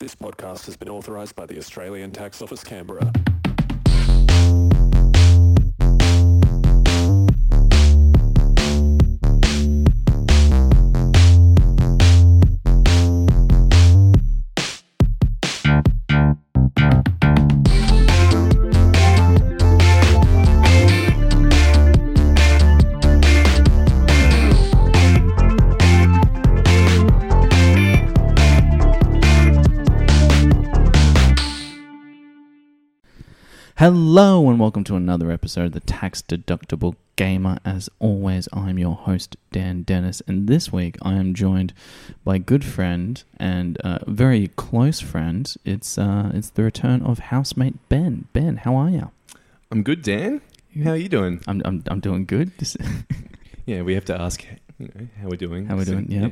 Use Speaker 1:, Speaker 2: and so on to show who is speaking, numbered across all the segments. Speaker 1: This podcast has been authorised by the Australian Tax Office Canberra.
Speaker 2: Hello and welcome to another episode of the Tax Deductible Gamer. As always, I'm your host Dan Dennis, and this week I am joined by good friend and uh, very close friend. It's uh, it's the return of housemate Ben. Ben, how are you?
Speaker 3: I'm good, Dan. How are you doing?
Speaker 2: I'm I'm, I'm doing good. This,
Speaker 3: Yeah, we have to ask you know, how we're doing.
Speaker 2: How we're doing, yeah.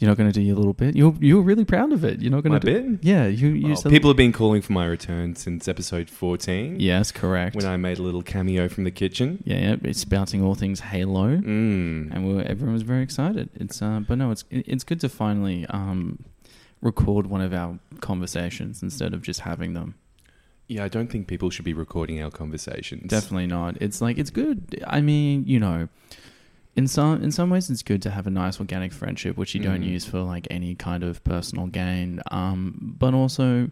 Speaker 2: you're not going to do your little bit. You're you're really proud of it. You're not going
Speaker 3: My
Speaker 2: to do.
Speaker 3: bit?
Speaker 2: Yeah, you you
Speaker 3: Well,
Speaker 2: said-
Speaker 3: Oh, people have been calling for my return since episode 14.
Speaker 2: Yes, correct.
Speaker 3: When I made a little cameo from the kitchen.
Speaker 2: yeah, yeah, it's spouting all things Halo.
Speaker 3: Mm.
Speaker 2: and we were, everyone was very excited. It's uh, but no, it's it- it's good to finally um, record one of our conversations instead of just having them.
Speaker 3: Yeah, I don't think people should be recording our conversations.
Speaker 2: Definitely not. It's like it's good. I mean, you know, in some in some ways, it's good to have a nice organic friendship, which you don't
Speaker 3: Mm.
Speaker 2: use for like any kind of personal gain. Um, but also.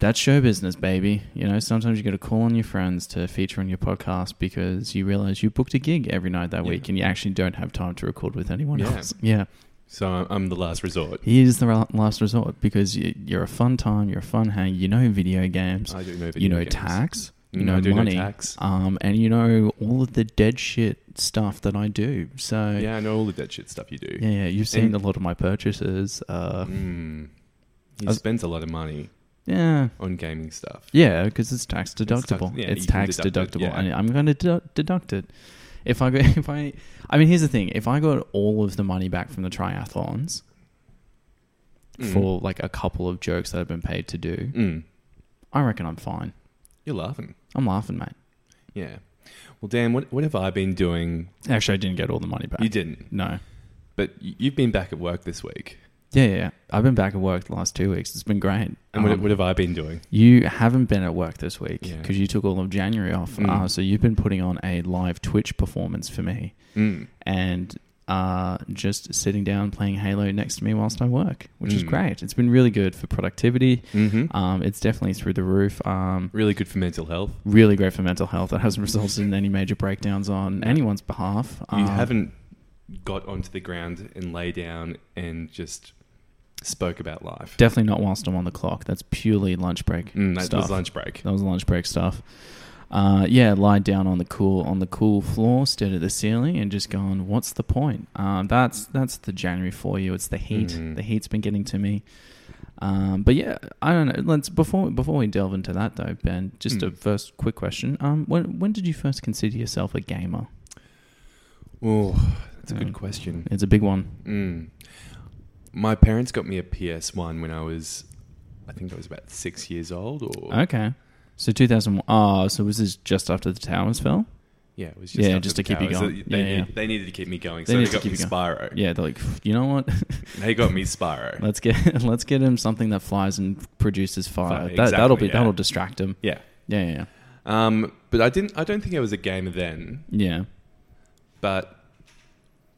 Speaker 2: That's show business, baby. You know, sometimes you got to call on your friends to feature on your podcast because you realize you booked a gig every night that
Speaker 3: Yeah.
Speaker 2: week and you actually don't have time to record with anyone
Speaker 3: Yeah.
Speaker 2: else. Yeah.
Speaker 3: So I'm- I'm the last resort.
Speaker 2: He is the ra- last resort because y- you're a fun time, you're a fun hang, you know video games,
Speaker 3: I do know Uh, video
Speaker 2: you know
Speaker 3: games.
Speaker 2: tax, you
Speaker 3: Mm,
Speaker 2: know
Speaker 3: I do
Speaker 2: money,
Speaker 3: know tax.
Speaker 2: um, and you know all of the dead shit stuff that I do. So yeah,
Speaker 3: Yeah, I know all of that shit stuff you do.
Speaker 2: yeah, you've seen
Speaker 3: And-
Speaker 2: a lot of my purchases. Uh,
Speaker 3: Mm. He
Speaker 2: I was-
Speaker 3: spends a lot of money
Speaker 2: yeah.
Speaker 3: on gaming stuff.
Speaker 2: Yeah, because it's tax
Speaker 3: tax-
Speaker 2: deductible. It's,
Speaker 3: yeah, you can
Speaker 2: tax
Speaker 3: deduct it,
Speaker 2: deductible,
Speaker 3: yeah.
Speaker 2: and I'm going to dedu- deduct it. If I go, if I, I mean, here's the thing: if I got all of the money back from the triathlons
Speaker 3: Mm.
Speaker 2: for like a couple of jokes that I've been paid to do,
Speaker 3: Mm.
Speaker 2: I reckon I'm fine.
Speaker 3: You're laughing.
Speaker 2: I'm laughing, mate.
Speaker 3: Yeah. Well, Dan, what, what have I been doing?
Speaker 2: Actually, I didn't get all the money back.
Speaker 3: You didn't.
Speaker 2: No.
Speaker 3: But y- you've been back at work this week.
Speaker 2: Yeah, yeah. yeah. I've been back at work the last two weeks. It's been great.
Speaker 3: And what,
Speaker 2: Um,
Speaker 3: what have I been doing?
Speaker 2: you haven't been at work this week
Speaker 3: Yeah.
Speaker 2: because you took all of January off.
Speaker 3: Mm.
Speaker 2: Uh, so you've been putting on a live Twitch performance for me
Speaker 3: Mm.
Speaker 2: and uh, just sitting down playing Halo next to me whilst I work, which is
Speaker 3: Mm.
Speaker 2: great. It's been really good for productivity.
Speaker 3: hmm
Speaker 2: Um, it's definitely through the roof. Um,
Speaker 3: really good for mental health.
Speaker 2: really great for mental health. That hasn't resulted in any major breakdowns on
Speaker 3: No.
Speaker 2: anyone's behalf.
Speaker 3: You
Speaker 2: Um,
Speaker 3: haven't got onto the ground and lay down and just spoke about life.
Speaker 2: Definitely not whilst I'm on the clock. That's purely lunch break.
Speaker 3: Mm, that
Speaker 2: stuff.
Speaker 3: was lunch break.
Speaker 2: That was lunch break stuff. Uh, yeah, lied down on the cool on the cool floor, stared at the ceiling, and just going, "What's the point?" Um, that's that's the January for you. It's the heat.
Speaker 3: Mhm.
Speaker 2: The heat's been getting to me. Um, but yeah, I don't know. Let's before before we delve into that though, Ben. Just a
Speaker 3: Mm.
Speaker 2: first quick question. Um, when when did you first consider yourself a gamer?
Speaker 3: Oh, that's a
Speaker 2: Um,
Speaker 3: good question.
Speaker 2: It's a big one.
Speaker 3: Mm. My parents got me a PS1 when I was, I think I was about six years old or.
Speaker 2: Okay, so two thousand. Oh, so was this just after the towers fell?
Speaker 3: Yeah, it was just
Speaker 2: Yeah,
Speaker 3: after
Speaker 2: just
Speaker 3: the
Speaker 2: to keep you
Speaker 3: towers.
Speaker 2: going.
Speaker 3: They,
Speaker 2: Yeah,
Speaker 3: need-
Speaker 2: yeah.
Speaker 3: they needed to keep me going,
Speaker 2: They
Speaker 3: so they,
Speaker 2: needed to
Speaker 3: got
Speaker 2: keep
Speaker 3: me
Speaker 2: you
Speaker 3: Spyro.
Speaker 2: Yeah, they're like, you know what?
Speaker 3: They got me Spyro.
Speaker 2: Let's get let's get him something that flies and produces fire.
Speaker 3: Fire,
Speaker 2: that, that'll be
Speaker 3: exactly, yeah.
Speaker 2: that'll distract him.
Speaker 3: yeah.
Speaker 2: Yeah, yeah,
Speaker 3: Um, but I didn't. I don't think I was a gamer then.
Speaker 2: yeah.
Speaker 3: But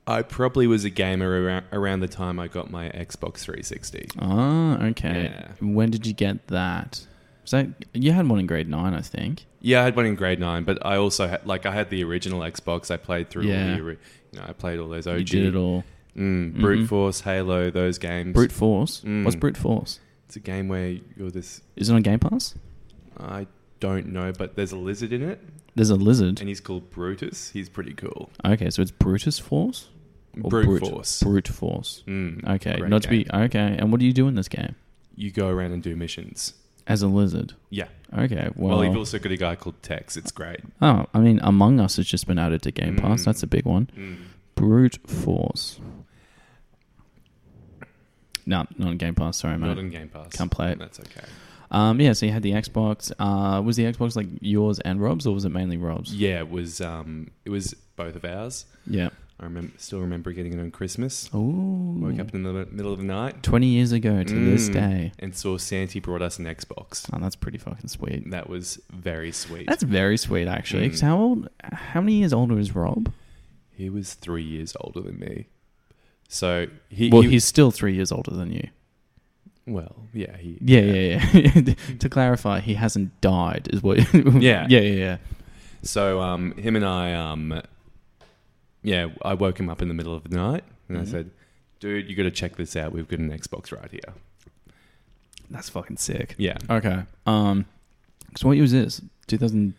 Speaker 3: I probably was a gamer around, around the time I got my Xbox 360.
Speaker 2: Ah, okay.
Speaker 3: Yeah.
Speaker 2: When did you get that? Was that you had one in grade nine, I think.
Speaker 3: Yeah, I had one in grade nine, but I also had like I had the original Xbox. I played through
Speaker 2: Yeah.
Speaker 3: all the, ori- you know, I played all those OG,
Speaker 2: You did it all.
Speaker 3: Mm, Brute
Speaker 2: Mhm.
Speaker 3: Force, Halo, those games.
Speaker 2: Brute force.
Speaker 3: Mm.
Speaker 2: What's brute force?
Speaker 3: It's a game where you're this.
Speaker 2: Is it on Game Pass?
Speaker 3: I don't know, but there's a lizard in it,
Speaker 2: There's a lizard.
Speaker 3: and he's called Brutus. He's pretty cool.
Speaker 2: Okay, so it's Brutus Force. Or
Speaker 3: Brute, Force.
Speaker 2: Brute force.
Speaker 3: Mm,
Speaker 2: Okay,
Speaker 3: great
Speaker 2: not to be
Speaker 3: game.
Speaker 2: okay. And what do you do in this game
Speaker 3: You go around and do missions.
Speaker 2: as a lizard?
Speaker 3: Yeah.
Speaker 2: Okay, well,
Speaker 3: Well, you've also got a guy called Tex. It's great.
Speaker 2: oh, I mean, Among Us has just been added to Game Pass.
Speaker 3: Mm.
Speaker 2: That's a big one.
Speaker 3: Mm.
Speaker 2: Brute Force. No, not on Game Pass. Sorry,
Speaker 3: Not
Speaker 2: mate.
Speaker 3: on Game Pass.
Speaker 2: Can't play it.
Speaker 3: That's okay.
Speaker 2: Um, yeah, so you had the Xbox. Uh, was the Xbox like yours and Rob's, or was it mainly Rob's?
Speaker 3: Yeah, it was. Um, it was both of ours.
Speaker 2: Yeah.
Speaker 3: I remember, still remember getting it on Christmas. Woke
Speaker 2: Ooh.
Speaker 3: up in the middle of the night
Speaker 2: 20 years ago to this
Speaker 3: Mm.
Speaker 2: day.
Speaker 3: and saw Santi brought us an Xbox.
Speaker 2: Oh, that's pretty fucking sweet.
Speaker 3: That was very sweet.
Speaker 2: That's very sweet, actually. 'Cause
Speaker 3: Mm.
Speaker 2: How old? How many years older is Rob?
Speaker 3: he was three years older than me, so he.
Speaker 2: well,
Speaker 3: he-
Speaker 2: he's still three years older than you.
Speaker 3: well, yeah, he.
Speaker 2: Yeah, yeah, yeah. to clarify, he hasn't died, is what.
Speaker 3: Yeah.
Speaker 2: yeah, yeah, yeah.
Speaker 3: So um, him and I, um, yeah, I woke him up in the middle of the night and I
Speaker 2: Mhm.
Speaker 3: said, "Dude, you got to check this out. We've got an Xbox right here."
Speaker 2: That's fucking sick.
Speaker 3: Yeah,
Speaker 2: Okay. Um. So what year was this? Two thousand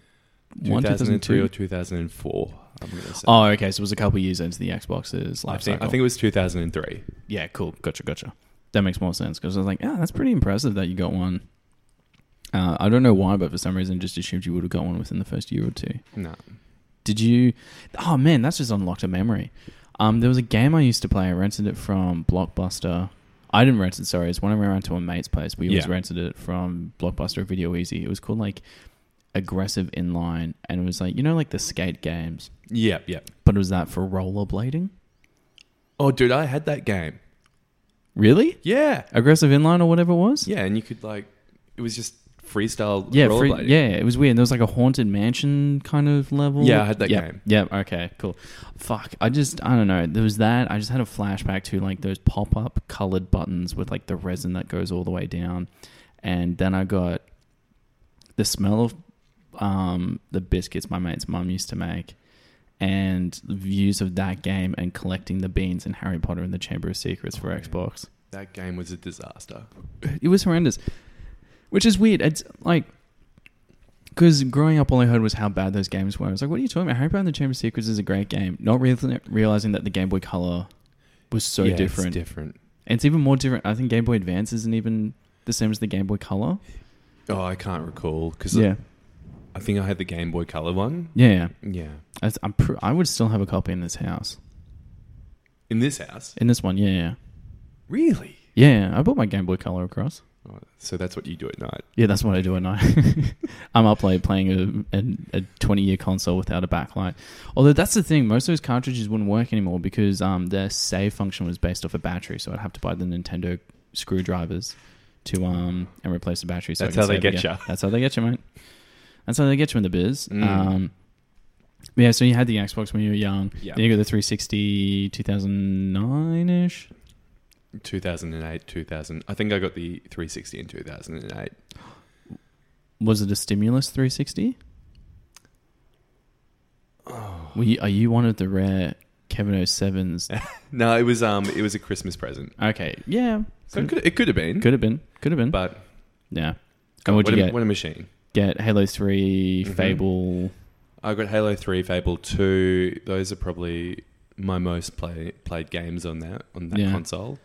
Speaker 2: one, two thousand
Speaker 3: 2003 or
Speaker 2: two.
Speaker 3: 2004. I'm gonna say.
Speaker 2: Oh, okay. So it was a couple years into the Xbox's
Speaker 3: I
Speaker 2: life
Speaker 3: think,
Speaker 2: cycle.
Speaker 3: I think it was 2003.
Speaker 2: Yeah. Cool. Gotcha. Gotcha. That makes more sense because I was like, yeah, that's pretty impressive that you got one. Uh, I don't know why, but for some reason, just assumed you would have got one within the first year or two.
Speaker 3: No,
Speaker 2: Did you? Oh man, that's just unlocked a memory. Um, there was a game I used to play. I rented it from Blockbuster. I didn't rent it. Sorry, it's one I ran to a mate's place. We always
Speaker 3: Yeah.
Speaker 2: rented it from Blockbuster or Video Easy. It was called like Aggressive Inline, and it was like you know like the skate games,
Speaker 3: yep, yep.
Speaker 2: but it was that for rollerblading.
Speaker 3: Oh, dude, I had that game.
Speaker 2: Really?
Speaker 3: Yeah,
Speaker 2: Aggressive Inline or whatever it was.
Speaker 3: yeah, and you could like, it was just freestyle.
Speaker 2: Yeah, free-
Speaker 3: rollerblading.
Speaker 2: yeah, it was weird. There was like a haunted mansion kind of level.
Speaker 3: Yeah, I had that
Speaker 2: Yep,
Speaker 3: game.
Speaker 2: Yep. Okay. Cool. Fuck. I just I don't know. There was that. I just had a flashback to like those pop up colored buttons with like the resin that goes all the way down, and then I got the smell of um, the biscuits my mate's mum used to make, and views of that game and collecting the beans in Harry Potter and the Chamber of Secrets for
Speaker 3: Oh, yeah.
Speaker 2: Xbox
Speaker 3: That game was a disaster.
Speaker 2: it was horrendous, which is weird. It's like because growing up, all I heard was how bad those games were. I was like, "What are you talking about? Harry Potter and the Chamber of Secrets is a great game." Not real- realizing that the Game Boy Color was so
Speaker 3: Yeah, it's
Speaker 2: different.
Speaker 3: different.
Speaker 2: and it's even more different. I think Game Boy Advance isn't even the same as the Game Boy Color.
Speaker 3: Oh, I can't recall because
Speaker 2: Yeah,
Speaker 3: I think I had the Game Boy Color one.
Speaker 2: yeah. yeah.
Speaker 3: Yeah,
Speaker 2: That's- I'm pr- I would still have a copy in this house.
Speaker 3: in this house.
Speaker 2: In this one, yeah, yeah,
Speaker 3: Really?
Speaker 2: yeah. yeah. I brought my Game Boy Color across.
Speaker 3: Oh, so that's what you do at night.
Speaker 2: Yeah, that's what I do at night. I'm up late playing a, a, a 20 year console without a backlight. Although that's the thing, most of those cartridges wouldn't work anymore because um, their save function was based off a battery. So I'd have to buy the Nintendo screwdrivers to um and replace the battery. So I
Speaker 3: That's
Speaker 2: can
Speaker 3: how they
Speaker 2: save
Speaker 3: get
Speaker 2: again.
Speaker 3: ya.
Speaker 2: That's how they get you, mate. That's how they get you in the biz.
Speaker 3: Mm.
Speaker 2: Um, yeah, so you had the Xbox when you were young.
Speaker 3: Yeah.
Speaker 2: Then you got the 360 2009 ish.
Speaker 3: 2008, 2000. I think I got the 360 in 2008.
Speaker 2: Was it a stimulus 360?
Speaker 3: Oh.
Speaker 2: Were you, are you one of the rare Kevin 07s?
Speaker 3: No, it was um, it was a Christmas present.
Speaker 2: okay, yeah.
Speaker 3: So it
Speaker 2: Could,
Speaker 3: could, it could have been.
Speaker 2: could have been. Could have been.
Speaker 3: But
Speaker 2: yeah.
Speaker 3: God,
Speaker 2: Mm-hmm. And what'd
Speaker 3: what,
Speaker 2: you
Speaker 3: a,
Speaker 2: get?
Speaker 3: what a machine!
Speaker 2: get Halo 3,
Speaker 3: Mhm.
Speaker 2: Fable.
Speaker 3: I got Halo Three, Fable Two. Those are probably my most play, played games on that on that
Speaker 2: Yeah.
Speaker 3: console.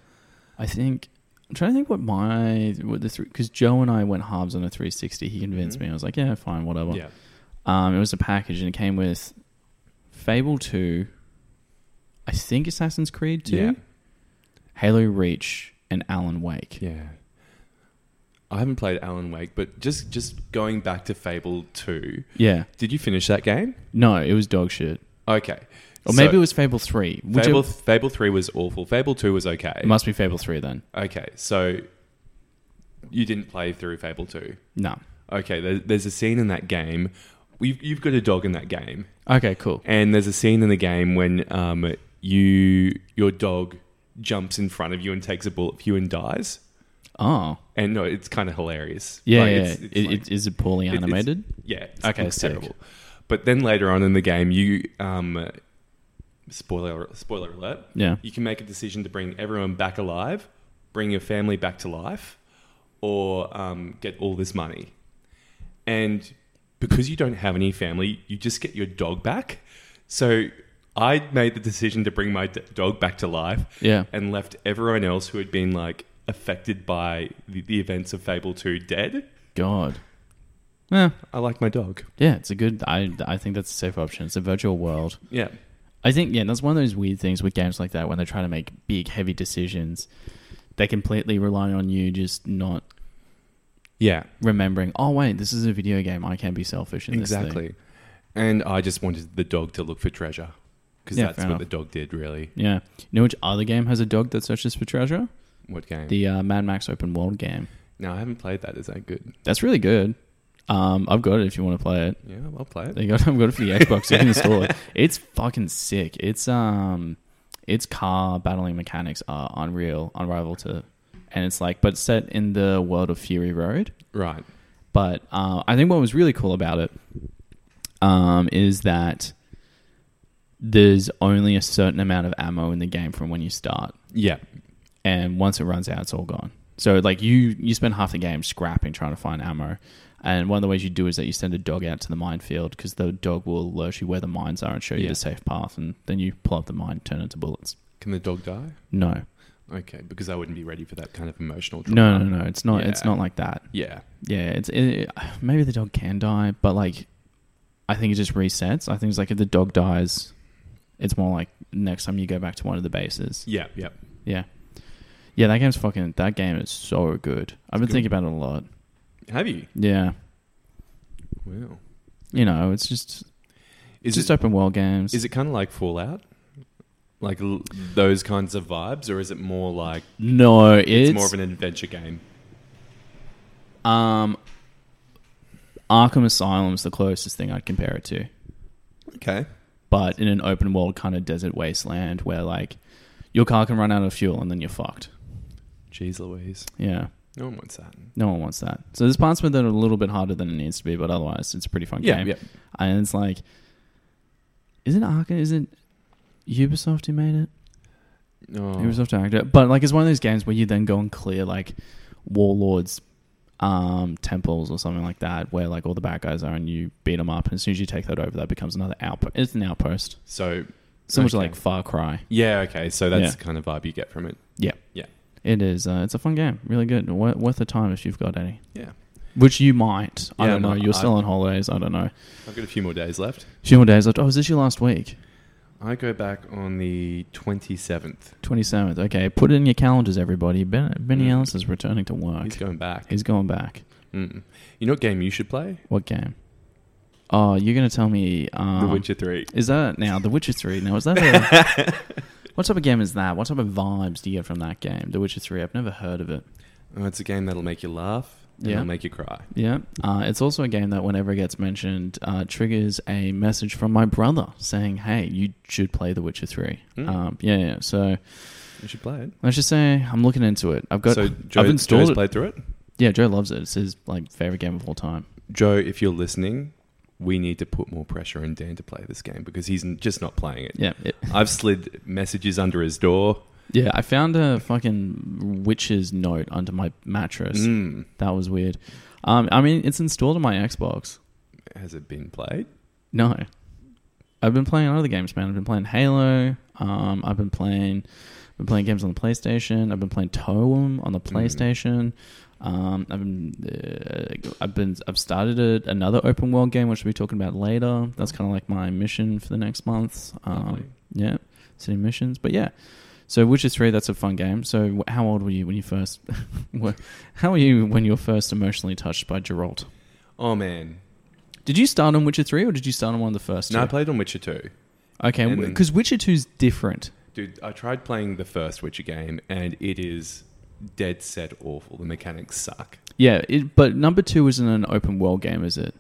Speaker 2: I think. I'm trying to think what my. What the three. Because Joe and I went halves on a 360. He convinced
Speaker 3: Mhm.
Speaker 2: me. I was like, yeah, fine, whatever.
Speaker 3: Yeah,
Speaker 2: Um, it was a package and it came with Fable 2, I think Assassin's Creed 2,
Speaker 3: yeah,
Speaker 2: Halo Reach, and Alan Wake.
Speaker 3: yeah. I haven't played Alan Wake, but just just going back to Fable Two.
Speaker 2: Yeah.
Speaker 3: Did you finish that game?
Speaker 2: No, it was dog shit.
Speaker 3: Okay,
Speaker 2: Or
Speaker 3: So,
Speaker 2: maybe it was Fable 3. Which
Speaker 3: Fable Fable Three was awful. Fable Two was okay.
Speaker 2: it must be Fable 3 then.
Speaker 3: Okay, so you didn't play through Fable 2.
Speaker 2: No.
Speaker 3: Okay, there, there's a scene in that game. You've, you've got a dog in that game,
Speaker 2: Okay, cool.
Speaker 3: and there's a scene in the game when um, you your dog jumps in front of you and takes a bullet for you and dies.
Speaker 2: Oh.
Speaker 3: And no, it's kind of hilarious.
Speaker 2: Yeah,
Speaker 3: Like,
Speaker 2: yeah.
Speaker 3: it's- it's
Speaker 2: It-
Speaker 3: like-
Speaker 2: it- is it poorly
Speaker 3: it- it's-
Speaker 2: animated?
Speaker 3: yeah, it's,
Speaker 2: Okay,
Speaker 3: it's
Speaker 2: sick.
Speaker 3: terrible. But then later on in the game, you um, spoiler spoiler alert.
Speaker 2: yeah.
Speaker 3: You can make a decision to bring everyone back alive, bring your family back to life, or um, get all this money. And because you don't have any family, you just get your dog back. So I made the decision to bring my d- dog back to life
Speaker 2: Yeah.
Speaker 3: and left everyone else who had been like affected by the, the events of Fable 2 dead.
Speaker 2: God. Yeah.
Speaker 3: I like my dog.
Speaker 2: Yeah, it's a good I I think that's a safe option. It's a virtual world.
Speaker 3: Yeah.
Speaker 2: I think yeah, that's one of those weird things with games like that when they're trying to make big heavy decisions. They completely rely on you just not
Speaker 3: Yeah.
Speaker 2: remembering, "Oh wait, this is a video game. I can be selfish in this thing."
Speaker 3: Exactly. And I just wanted the dog to look for treasure because
Speaker 2: Yeah,
Speaker 3: that's
Speaker 2: fair
Speaker 3: what
Speaker 2: enough.
Speaker 3: the dog did, really.
Speaker 2: Yeah. You know which other game has a dog that searches for treasure?
Speaker 3: What game?
Speaker 2: The uh, Mad Max Open World game.
Speaker 3: no, I haven't played that. Is that good?
Speaker 2: That's really good. Um, I've got it if you want to play it.
Speaker 3: Yeah, I'll play it.
Speaker 2: They got I've got it for the Xbox. You can install it. It's fucking sick. It's um, its car battling mechanics are unreal, unrivaled to, and it's like, but set in the world of Fury Road.
Speaker 3: Right.
Speaker 2: But uh, I think what was really cool about it um, is that there's only a certain amount of ammo in the game from when you start,
Speaker 3: Yeah.
Speaker 2: and once it runs out, it's all gone. So like you you spend half the game scrapping trying to find ammo, and one of the ways you do is that you send a dog out to the minefield because the dog will alert you where the mines are and show you
Speaker 3: Yeah.
Speaker 2: the safe path, and then you pull up the mine, turn it into bullets.
Speaker 3: Can the dog die?
Speaker 2: No,
Speaker 3: Okay, because I wouldn't be ready for that kind of emotional.
Speaker 2: no,
Speaker 3: trauma.
Speaker 2: no, no. It's not. It's
Speaker 3: Yeah.
Speaker 2: not like that.
Speaker 3: Yeah.
Speaker 2: Yeah, it's it, maybe the dog can die, but like, I think it just resets. I think it's like if the dog dies, it's more like next time you go back to one of the bases.
Speaker 3: Yeah. Yeah.
Speaker 2: Yeah, yeah, that game's fucking. That game is so good. I've been
Speaker 3: It's good.
Speaker 2: thinking about it a lot.
Speaker 3: Have you?
Speaker 2: Yeah,
Speaker 3: Wow.
Speaker 2: you know, it's just
Speaker 3: Is
Speaker 2: it's just
Speaker 3: it
Speaker 2: open world games.
Speaker 3: is it kind of like Fallout? Like l- those kinds of vibes, or is it more like
Speaker 2: no, it's,
Speaker 3: it's, more of an adventure game?
Speaker 2: um. Arkham Asylum's the closest thing I'd compare it to.
Speaker 3: Okay.
Speaker 2: but in an open world kind of desert wasteland where like your car can run out of fuel and then you're fucked.
Speaker 3: Jeez Louise.
Speaker 2: Yeah,
Speaker 3: No one wants that.
Speaker 2: no one wants that. So there's parts of it that are a little bit harder than it needs to be, but otherwise it's a pretty fun game. And it's like, isn't Arkham? Isn't Ubisoft who made it?
Speaker 3: No.
Speaker 2: Ubisoft who acted it. But like it's one of those games where you then go and clear like warlords. Um, temples or something like that, where like all the bad guys are, and you beat them up. And as soon as you take that over, that becomes another outpost. It's an outpost,
Speaker 3: so
Speaker 2: similar to
Speaker 3: Okay.
Speaker 2: like Far Cry.
Speaker 3: yeah, okay. So that's
Speaker 2: Yeah.
Speaker 3: the kind of vibe you get from it.
Speaker 2: It is. Uh, it's a fun game. Really good. Wor- worth the time if you've got any.
Speaker 3: Yeah.
Speaker 2: Which you might. I
Speaker 3: Yeah,
Speaker 2: don't know.
Speaker 3: no,
Speaker 2: You're still
Speaker 3: I-
Speaker 2: on holidays. I don't know.
Speaker 3: I've got a few more days left.
Speaker 2: Few more days left. Oh, is this your last week?
Speaker 3: I go back on the twenty seventh.
Speaker 2: 27th. Okay. Put it in your calendars, everybody. Ben, Benny
Speaker 3: Mm.
Speaker 2: Ellis is returning to work.
Speaker 3: He's
Speaker 2: He's,
Speaker 3: going back.
Speaker 2: going back.
Speaker 3: Mm. You know what game you should play?
Speaker 2: What game? Oh, you're going to tell me. Um,
Speaker 3: the Witcher Three.
Speaker 2: Is that now The Witcher 3? Now, is that a. what type of game is that? What type of vibes do you get from that game? The Witcher 3. I've never heard of it.
Speaker 3: Oh, it's a game that'll make you laugh. And
Speaker 2: Yeah.
Speaker 3: It'll make you cry.
Speaker 2: Yeah. Uh, it's also a game that, whenever it gets mentioned, uh, triggers a message from my brother saying, hey, you should play The Witcher 3.
Speaker 3: Mm.
Speaker 2: Um, yeah, yeah. So
Speaker 3: You should play it.
Speaker 2: let's just say I'm looking into it. I've got.
Speaker 3: so Joe,
Speaker 2: I've installed
Speaker 3: Joe's
Speaker 2: it.
Speaker 3: played through it.
Speaker 2: yeah, Joe loves it. It's his like favorite game of all time.
Speaker 3: Joe, if you're listening, we need to put more pressure on Dan to play this game because he's n- just not playing it.
Speaker 2: Yeah. it-
Speaker 3: I've slid messages under his door.
Speaker 2: yeah. I found a fucking witch's note under my mattress.
Speaker 3: Mm.
Speaker 2: That was weird. Um, I mean, it's installed on my Xbox.
Speaker 3: Has it been played?
Speaker 2: No. I've been playing other games, man. I've been playing Halo. Um, I've been playing been playing games on the PlayStation. I've been playing Toem on the PlayStation. Um, I've been uh, I've been I've started a, another open world game which we'll be talking about later. That's kind of like my mission for the next month.
Speaker 3: Lovely.
Speaker 2: Um, yeah, city missions. But yeah, so Witcher Three. That's a fun game. So wh- how old were you when you first? were- how were you when you were first emotionally touched by Geralt?
Speaker 3: Oh man,
Speaker 2: Did you start on Witcher Three or did you start on one of the first?
Speaker 3: no, I
Speaker 2: two?
Speaker 3: played on Witcher Two.
Speaker 2: Okay,
Speaker 3: And-
Speaker 2: because Witcher 2's different.
Speaker 3: Dude, I tried playing the first Witcher game and it is dead set awful. The mechanics suck.
Speaker 2: Yeah, it, but number two isn't an open world game, is it?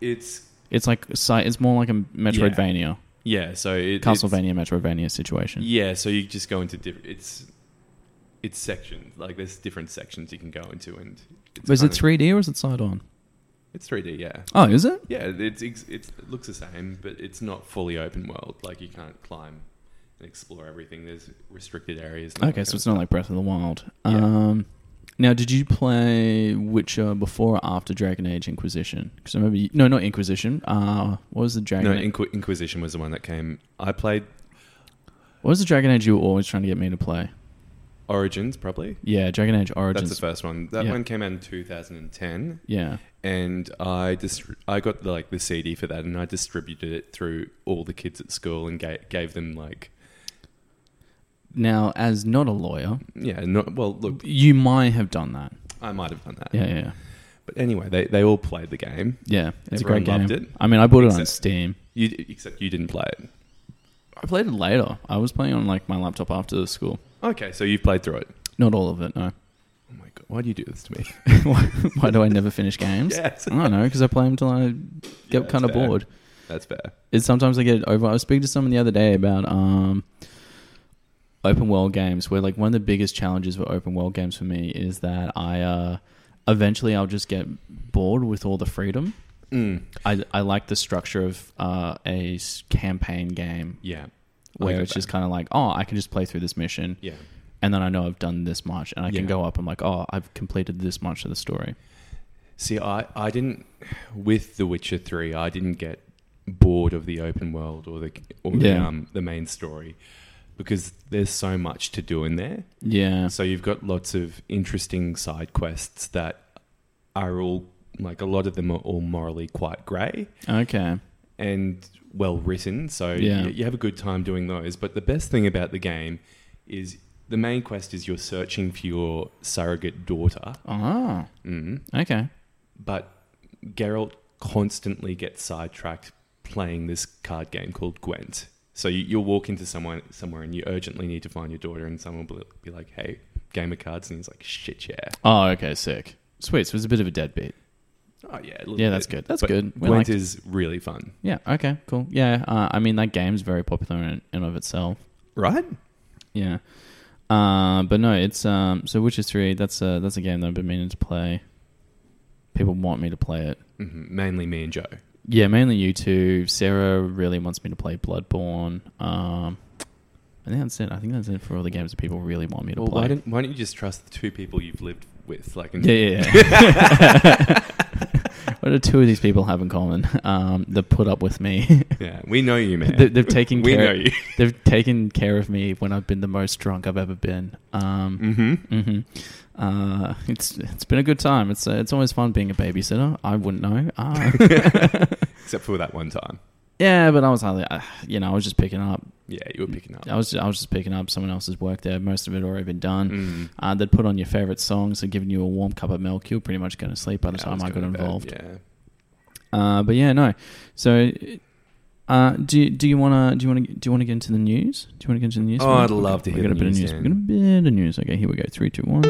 Speaker 3: It's
Speaker 2: It's like si- it's more like a Metroidvania,
Speaker 3: yeah, so it, it's-
Speaker 2: Castlevania Metroidvania situation.
Speaker 3: Yeah, so you just go into different. It's it's sections. Like there's different sections you can go into, and it's
Speaker 2: is
Speaker 3: kind
Speaker 2: it
Speaker 3: of-
Speaker 2: 3D or is it side on?
Speaker 3: It's 3D. Yeah,
Speaker 2: Oh, is it?
Speaker 3: yeah. It's, it's it's it looks the same, but it's not fully open world. Like you can't climb and explore everything. There's restricted areas. and all
Speaker 2: Okay,
Speaker 3: that
Speaker 2: so
Speaker 3: kind
Speaker 2: it's not like Breath of the Wild.
Speaker 3: Yeah.
Speaker 2: Um, now, did you play Witcher before or after Dragon Age Inquisition? Because I remember, you, no, not Inquisition. Uh, what was the
Speaker 3: of-
Speaker 2: Dragon?
Speaker 3: no.
Speaker 2: Age-
Speaker 3: Inqu- Inquisition was the one that came. I played
Speaker 2: what was the Dragon Age you were always trying to get me to play?
Speaker 3: Origins probably.
Speaker 2: Yeah, Dragon Age Origins.
Speaker 3: That's the first one. That
Speaker 2: Yeah.
Speaker 3: one came out in 2010,
Speaker 2: yeah,
Speaker 3: and I just I got the, like the CD for that, and I distributed it through all the kids at school and ga- gave them like
Speaker 2: now as not a lawyer,
Speaker 3: yeah. Not, well, look,
Speaker 2: you might have done that.
Speaker 3: I might have done that.
Speaker 2: Yeah, yeah, yeah.
Speaker 3: But anyway, they, they all played the game.
Speaker 2: Yeah, it's
Speaker 3: Everyone
Speaker 2: a great
Speaker 3: loved
Speaker 2: game.
Speaker 3: it.
Speaker 2: I mean, I bought it on
Speaker 3: Except-
Speaker 2: Steam.
Speaker 3: You except you didn't play it.
Speaker 2: I played it later. I was playing on like my laptop after the school.
Speaker 3: Okay, so you've played through it.
Speaker 2: Not all of it, no.
Speaker 3: Oh my god, why do you do this to me?
Speaker 2: why, why do I never finish games?
Speaker 3: Yes.
Speaker 2: I don't know because I play them until I get
Speaker 3: Yeah,
Speaker 2: kind of
Speaker 3: it's fair.
Speaker 2: bored.
Speaker 3: That's fair.
Speaker 2: It's sometimes I get it over. I was speaking to someone the other day about um, open world games, where like one of the biggest challenges for open world games for me is that I uh, eventually I'll just get bored with all the freedom.
Speaker 3: Mm.
Speaker 2: I, I like the structure of uh, a s- campaign game
Speaker 3: Yeah. I
Speaker 2: where
Speaker 3: get
Speaker 2: it's
Speaker 3: that.
Speaker 2: just kind of like, oh, I can just play through this mission,
Speaker 3: Yeah.
Speaker 2: and then I know I've done this much, and I can
Speaker 3: Yeah.
Speaker 2: go up. I'm like, oh, I've completed this much of the story.
Speaker 3: See, I, I didn't with The Witcher Three. I didn't get bored of the open world or the or the,
Speaker 2: Yeah.
Speaker 3: um, the main story because there's so much to do in there.
Speaker 2: Yeah,
Speaker 3: So you've got lots of interesting side quests that are all like a lot of them are all morally quite grey
Speaker 2: okay,
Speaker 3: and well written. So
Speaker 2: Yeah.
Speaker 3: you, you have a good time doing those. But the best thing about the game is the main quest is you're searching for your surrogate daughter.
Speaker 2: ah,
Speaker 3: Mm
Speaker 2: okay,
Speaker 3: but Geralt constantly gets sidetracked playing this card game called Gwent. So you, you'll walk into someone somewhere and you urgently need to find your daughter, and someone will be like, "Hey, game of cards," and he's like, "Shit, yeah,
Speaker 2: oh, okay, sick, sweet. So it's a bit of a deadbeat.
Speaker 3: oh yeah, a little
Speaker 2: Yeah, that's
Speaker 3: bit."
Speaker 2: good. That's
Speaker 3: But
Speaker 2: good. We
Speaker 3: Gwent
Speaker 2: liked-
Speaker 3: is really fun,
Speaker 2: Yeah. Okay. Cool. Yeah. Uh, I mean, that game's very popular in and of itself.
Speaker 3: right?
Speaker 2: Yeah. Uh, but no, it's um. So Witcher Three. That's a that's a game that I've been meaning to play. People want me to play it.
Speaker 3: hmm Mainly me and Joe.
Speaker 2: Yeah, mainly you two. Sarah really wants me to play Bloodborne. Um, I think that's it. I think that's it for all the games that people really want me to
Speaker 3: Well,
Speaker 2: play.
Speaker 3: why don't Why don't you just trust the two people you've lived with? Like, and
Speaker 2: Yeah, yeah, yeah. what do two of these people have in common? Um, they put up with me.
Speaker 3: yeah, we know you, man.
Speaker 2: They- they've taken
Speaker 3: we
Speaker 2: care-
Speaker 3: know you.
Speaker 2: They've taken care of me when I've been the most drunk I've ever been. Um,
Speaker 3: hmm
Speaker 2: mhm. Uh, it's it's been a good time. It's uh, it's always fun being a babysitter. I wouldn't know. Uh,
Speaker 3: Except for that one time.
Speaker 2: yeah, but I was hardly, uh, you know, I was just picking up.
Speaker 3: Yeah, you were picking up.
Speaker 2: I was I was just picking up someone else's work there. Most of it already been done.
Speaker 3: Mm.
Speaker 2: Uh, they'd put on your favorite songs and given you a warm cup of milk. You were pretty much going to sleep by the
Speaker 3: Yeah,
Speaker 2: time
Speaker 3: was
Speaker 2: I got
Speaker 3: going to bed,
Speaker 2: involved.
Speaker 3: Yeah.
Speaker 2: Uh, but yeah, no. So, uh, do you, do you wanna do you wanna do you wanna get into the news? Do you wanna get into the news?
Speaker 3: Oh,
Speaker 2: Mark?
Speaker 3: I'd love to
Speaker 2: we
Speaker 3: hear
Speaker 2: got a
Speaker 3: the
Speaker 2: bit
Speaker 3: news,
Speaker 2: of news.
Speaker 3: Dan.
Speaker 2: We got a bit of news. Okay, here we go. Three, two, one.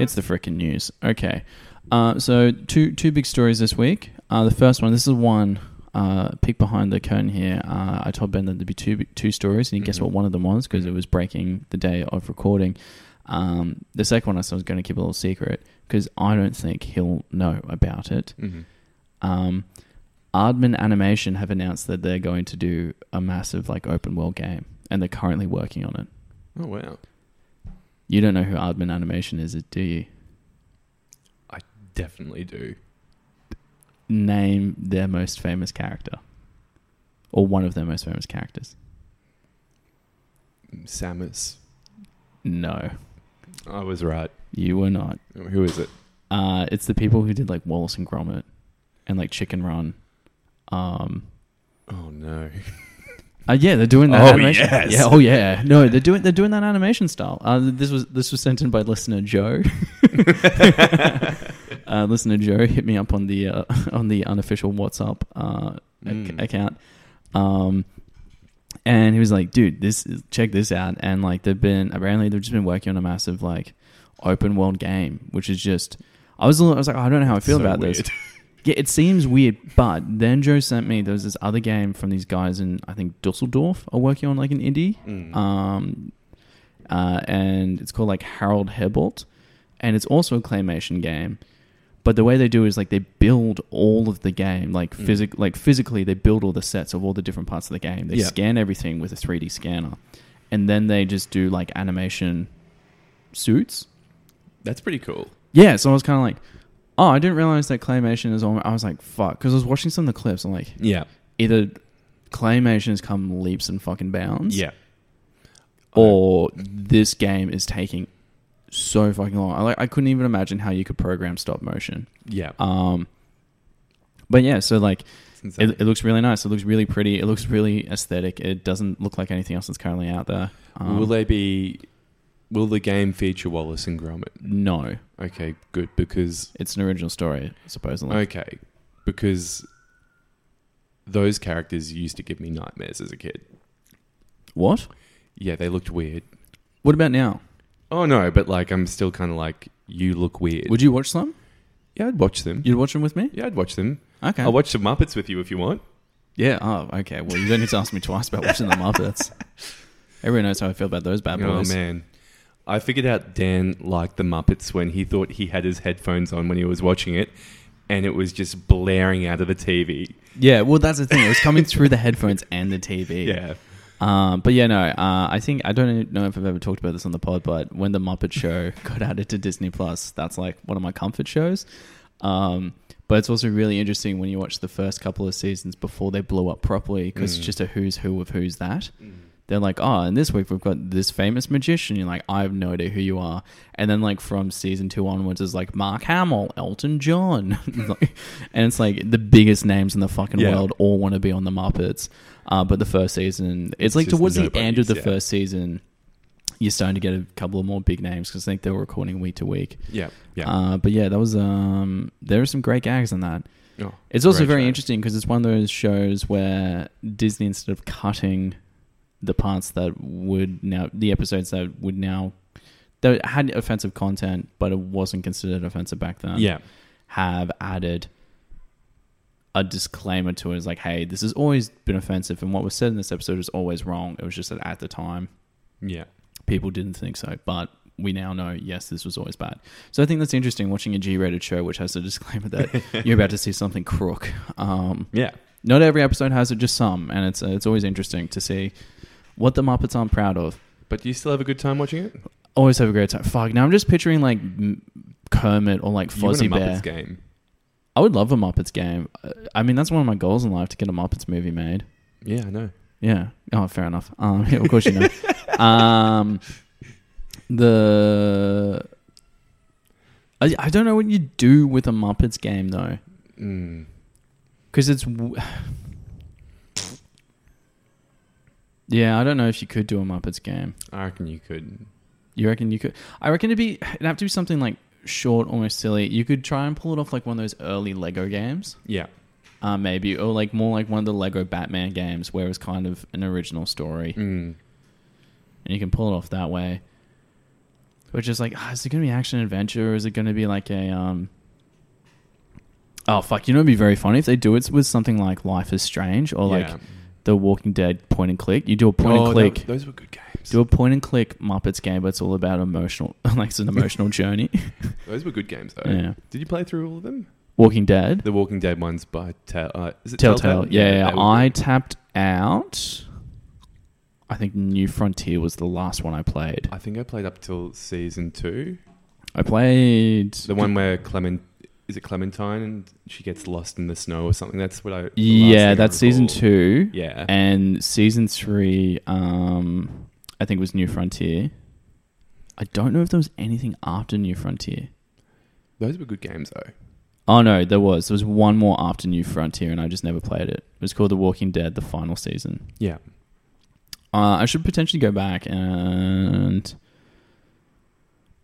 Speaker 2: It's the frickin' news. Okay, uh, so two two big stories this week. Uh, the first one. This is one. Uh, peek behind the curtain here. Uh, I told Ben that there'd be two two stories, and you guess
Speaker 3: Mhm.
Speaker 2: what one of them was because it was breaking the day of recording. Um, the second one I said I was going to keep a little secret because I don't think he'll know about it.
Speaker 3: hmm
Speaker 2: Um, Aardman Animation have announced that they're going to do a massive like open world game, and they're currently working on it.
Speaker 3: Oh wow.
Speaker 2: You don't know who Aardman Animation is, do you?
Speaker 3: I definitely do.
Speaker 2: Name their most famous character, or one of their most famous characters.
Speaker 3: Samus.
Speaker 2: No,
Speaker 3: I was right.
Speaker 2: you were not.
Speaker 3: Who is it?
Speaker 2: Uh, it's the people who did like Wallace and Gromit, and like Chicken Run. Um,
Speaker 3: Oh no.
Speaker 2: Uh, yeah, they're doing that.
Speaker 3: Oh,
Speaker 2: animation.
Speaker 3: yes.
Speaker 2: Yeah. Oh yeah. No, they're doing they're doing that animation style. Uh, this was this was sent in by listener Joe. uh, listener Joe hit me up on the uh, on the unofficial WhatsApp uh, ac-
Speaker 3: Mm.
Speaker 2: account, um, and he was like, "Dude, this is, check this out." And like they've been apparently they've just been working on a massive like open world game, which is just. I was a little, I was like, "Oh, I don't know how I feel
Speaker 3: So
Speaker 2: about this.
Speaker 3: weird.
Speaker 2: Yeah, it seems weird, but then Joe sent me there was this other game from these guys in I think Dusseldorf are working on like an indie,
Speaker 3: Mm.
Speaker 2: um, uh, and it's called like Harold Herbolt, and it's also a claymation game. But the way they do is like they build all of the game, like
Speaker 3: Mm.
Speaker 2: physic, like physically they build all the sets of all the different parts of the game. They
Speaker 3: Yeah.
Speaker 2: scan everything with a 3D scanner, and then they just do like animation suits.
Speaker 3: That's pretty cool.
Speaker 2: Yeah, so I was kind of like, oh, I didn't realize that claymation is on. I was like, fuck, because I was watching some of the clips. I'm like,
Speaker 3: Yeah.
Speaker 2: either claymation has come leaps and fucking bounds,
Speaker 3: Yeah.
Speaker 2: or this game is taking so fucking long. I like, I couldn't even imagine how you could program stop motion.
Speaker 3: Yeah.
Speaker 2: Um, but yeah, so like,
Speaker 3: It's insane.
Speaker 2: it, it looks really nice. It looks really pretty. It looks really aesthetic. It doesn't look like anything else that's currently out there. Um,
Speaker 3: will they be? Will the game feature Wallace and Gromit?
Speaker 2: No,
Speaker 3: Okay, good because
Speaker 2: it's an original story supposedly.
Speaker 3: okay because those characters used to give me nightmares as a kid.
Speaker 2: What?
Speaker 3: Yeah, they looked weird.
Speaker 2: What about now?
Speaker 3: Oh no, but like I'm still kind of like you look weird.
Speaker 2: Would you watch some?
Speaker 3: yeah, I'd watch them.
Speaker 2: You'd watch them with me?
Speaker 3: Yeah, I'd watch them.
Speaker 2: Okay.
Speaker 3: I'll watch the Muppets with you if you want.
Speaker 2: Yeah. Oh, okay. Well, you don't need to ask me twice about watching the Muppets. Everyone knows how I feel about those bad
Speaker 3: Oh
Speaker 2: boys.
Speaker 3: man. I figured out Dan liked the Muppets when he thought he had his headphones on when he was watching it and it was just blaring out of the TV.
Speaker 2: Yeah. Well, that's the thing. It was coming through the headphones and the TV.
Speaker 3: Yeah.
Speaker 2: Um, but yeah, no. Uh, I think I don't know if I've ever talked about this on the pod, but when the Muppet Show got added to Disney Plus, that's like one of my comfort shows. Um, but it's also really interesting when you watch the first couple of seasons before they blew up properly because it's just a who's who of who's that. They're like, oh, and this week we've got this famous magician. You're like, I have no idea who you are. And then like from season two onwards is like Mark Hamill, Elton John, and it's like the biggest names in the fucking
Speaker 3: Yeah.
Speaker 2: world all want to be on the Muppets. Uh, but the first season, it's, like
Speaker 3: just
Speaker 2: towards the end of
Speaker 3: nobodies,
Speaker 2: the
Speaker 3: yeah.
Speaker 2: first season, you're starting to get a couple of more big names because I think they were recording week to week.
Speaker 3: Yeah. Yeah.
Speaker 2: Uh, but yeah, that was um, there are some great gags in that.
Speaker 3: Oh,
Speaker 2: It's also
Speaker 3: great
Speaker 2: very
Speaker 3: show.
Speaker 2: interesting because it's one of those shows where Disney, instead of cutting the parts that would now the episodes that would now that had offensive content, but it wasn't considered offensive back then
Speaker 3: Yeah.
Speaker 2: have added a disclaimer to it. It's like, hey, this has always been offensive, and what was said in this episode is always wrong. It was just that at the time,
Speaker 3: Yeah.
Speaker 2: people didn't think so, but we now know, yes, this was always bad. So I think that's interesting watching a G rated show which has a disclaimer that you're about to see something crook. Um,
Speaker 3: Yeah.
Speaker 2: not every episode has it, just some, and it's, uh, it's always interesting to see what the Muppets aren't proud of
Speaker 3: But do you still have a good time watching it?
Speaker 2: always have a great time. Fuck. Now I'm just picturing like M- Kermit or like Fozzie
Speaker 3: you win a
Speaker 2: Bear.
Speaker 3: Muppets game.
Speaker 2: I would love a Muppets game. Uh, I mean, that's one of my goals in life to get a Muppets movie made.
Speaker 3: Yeah, I know.
Speaker 2: Yeah. Oh, fair enough. Um, yeah, of course you know. um, the I, I don't know what you do with a Muppets game though,
Speaker 3: Mm.
Speaker 2: because it's. W- yeah, I don't know if you could do a Muppets game.
Speaker 3: I reckon you could.
Speaker 2: You reckon you could? I reckon it'd be it'd have to be something like short, almost silly. You could try and pull it off like one of those early Lego games,
Speaker 3: Yeah.
Speaker 2: uh, maybe, or like more like one of the Lego Batman games, where it's kind of an original story,
Speaker 3: Mm.
Speaker 2: and you can pull it off that way. Which is like, ah, is it going to be action adventure, or is it going to be like a um? Oh fuck! You know, it'd be very funny if they do it with something like Life is Strange or like
Speaker 3: Yeah.
Speaker 2: The Walking Dead point and click. You do a point
Speaker 3: Oh,
Speaker 2: and click.
Speaker 3: that- those were good games.
Speaker 2: do a point and click Muppets game, but it's all about emotional, like it's an emotional journey.
Speaker 3: Those were good games, though.
Speaker 2: Yeah.
Speaker 3: Did you play through all of them?
Speaker 2: Walking Dead,
Speaker 3: The Walking Dead ones by Tell. Uh, is it
Speaker 2: Telltale. Yeah, yeah,
Speaker 3: they were
Speaker 2: I
Speaker 3: good.
Speaker 2: tapped out. I think New Frontier was the last one I played.
Speaker 3: I think I played up till season two.
Speaker 2: I played
Speaker 3: The one where Clement. Is it Clementine and she gets lost in the snow or something? That's what I. the last thing I
Speaker 2: Yeah, that's season
Speaker 3: recall.
Speaker 2: two,
Speaker 3: Yeah.
Speaker 2: and season three. Um, I think was New Frontier. I don't know if there was anything after New Frontier.
Speaker 3: those were good games, though.
Speaker 2: Oh no, there was. There was one more after New Frontier, and I just never played it. It was called The Walking Dead: The Final Season.
Speaker 3: Yeah.
Speaker 2: Uh, I should potentially go back and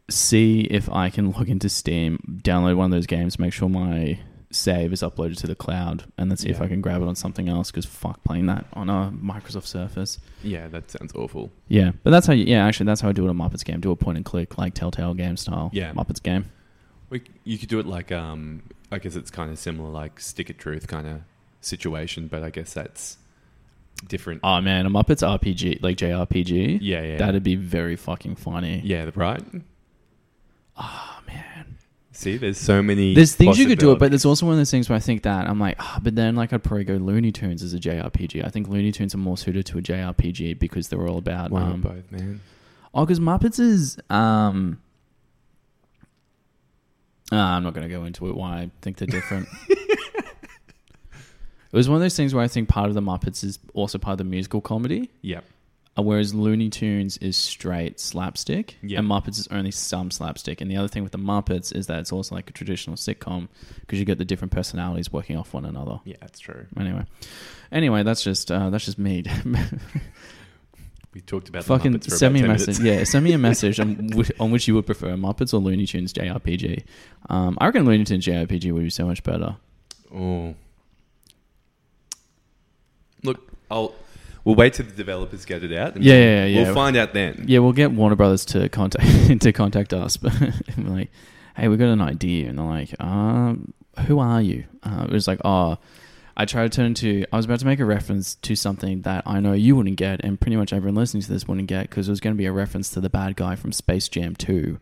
Speaker 2: see if I can log into Steam, download one of those games, make sure my save is uploaded to the cloud, and then see if
Speaker 3: Yeah.
Speaker 2: I can grab it on something else. Because fuck, playing that on a Microsoft Surface.
Speaker 3: Yeah, that sounds awful.
Speaker 2: Yeah, but that's how. You, yeah, actually, that's how I do it on Muppets game. Do a point and click, like Telltale game style.
Speaker 3: Yeah.
Speaker 2: Muppets game.
Speaker 3: We, you could do it like. um I guess it's kind of similar, like Stick of Truth kind of situation, but I guess that's different.
Speaker 2: Oh man, a Muppets RPG, like JRPG.
Speaker 3: yeah, yeah.
Speaker 2: That'd be very fucking funny.
Speaker 3: yeah, right?
Speaker 2: Oh man.
Speaker 3: See, there's so many.
Speaker 2: There's things you could do it, but
Speaker 3: possibilities.
Speaker 2: there's also one of those things where I think that I'm like, ah, but then like I'd probably go Looney Tunes as a JRPG. I think Looney Tunes are more suited to a JRPG because they're all about
Speaker 3: Why not
Speaker 2: um,
Speaker 3: both, man?
Speaker 2: oh, because Muppets is um. ah, I'm not going to go into it. Why I think they're different. it was one of those things where I think part of the Muppets is also part of the musical comedy,
Speaker 3: Yep.
Speaker 2: uh, whereas Looney Tunes is straight slapstick,
Speaker 3: Yeah.
Speaker 2: and Muppets is only some slapstick. And the other thing with the Muppets is that it's also like a traditional sitcom because you get the different personalities working off one another.
Speaker 3: Yeah, that's true.
Speaker 2: Anyway, anyway, that's just uh, that's just me.
Speaker 3: We talked about the
Speaker 2: Fucking
Speaker 3: Muppets for
Speaker 2: send me a
Speaker 3: about 10
Speaker 2: message.
Speaker 3: minutes.
Speaker 2: Yeah, send me a message on, which, on which you would prefer Muppets or Looney Tunes JRPG. Um, I reckon Looney Tunes JRPG would be so much better.
Speaker 3: Oh, Look, I'll. We'll wait till the developers get it out. And
Speaker 2: Yeah,
Speaker 3: then
Speaker 2: yeah, yeah.
Speaker 3: We'll find out then.
Speaker 2: Yeah, we'll get Warner Brothers to contact to contact us, but and we're like, hey, we got an idea, and they're like, um, who are you? Uh, it was like, oh, I tried to turn to. I was about to make a reference to something that I know you wouldn't get, and pretty much everyone listening to this wouldn't get, because it was going to be a reference to the bad guy from Space Jam Two.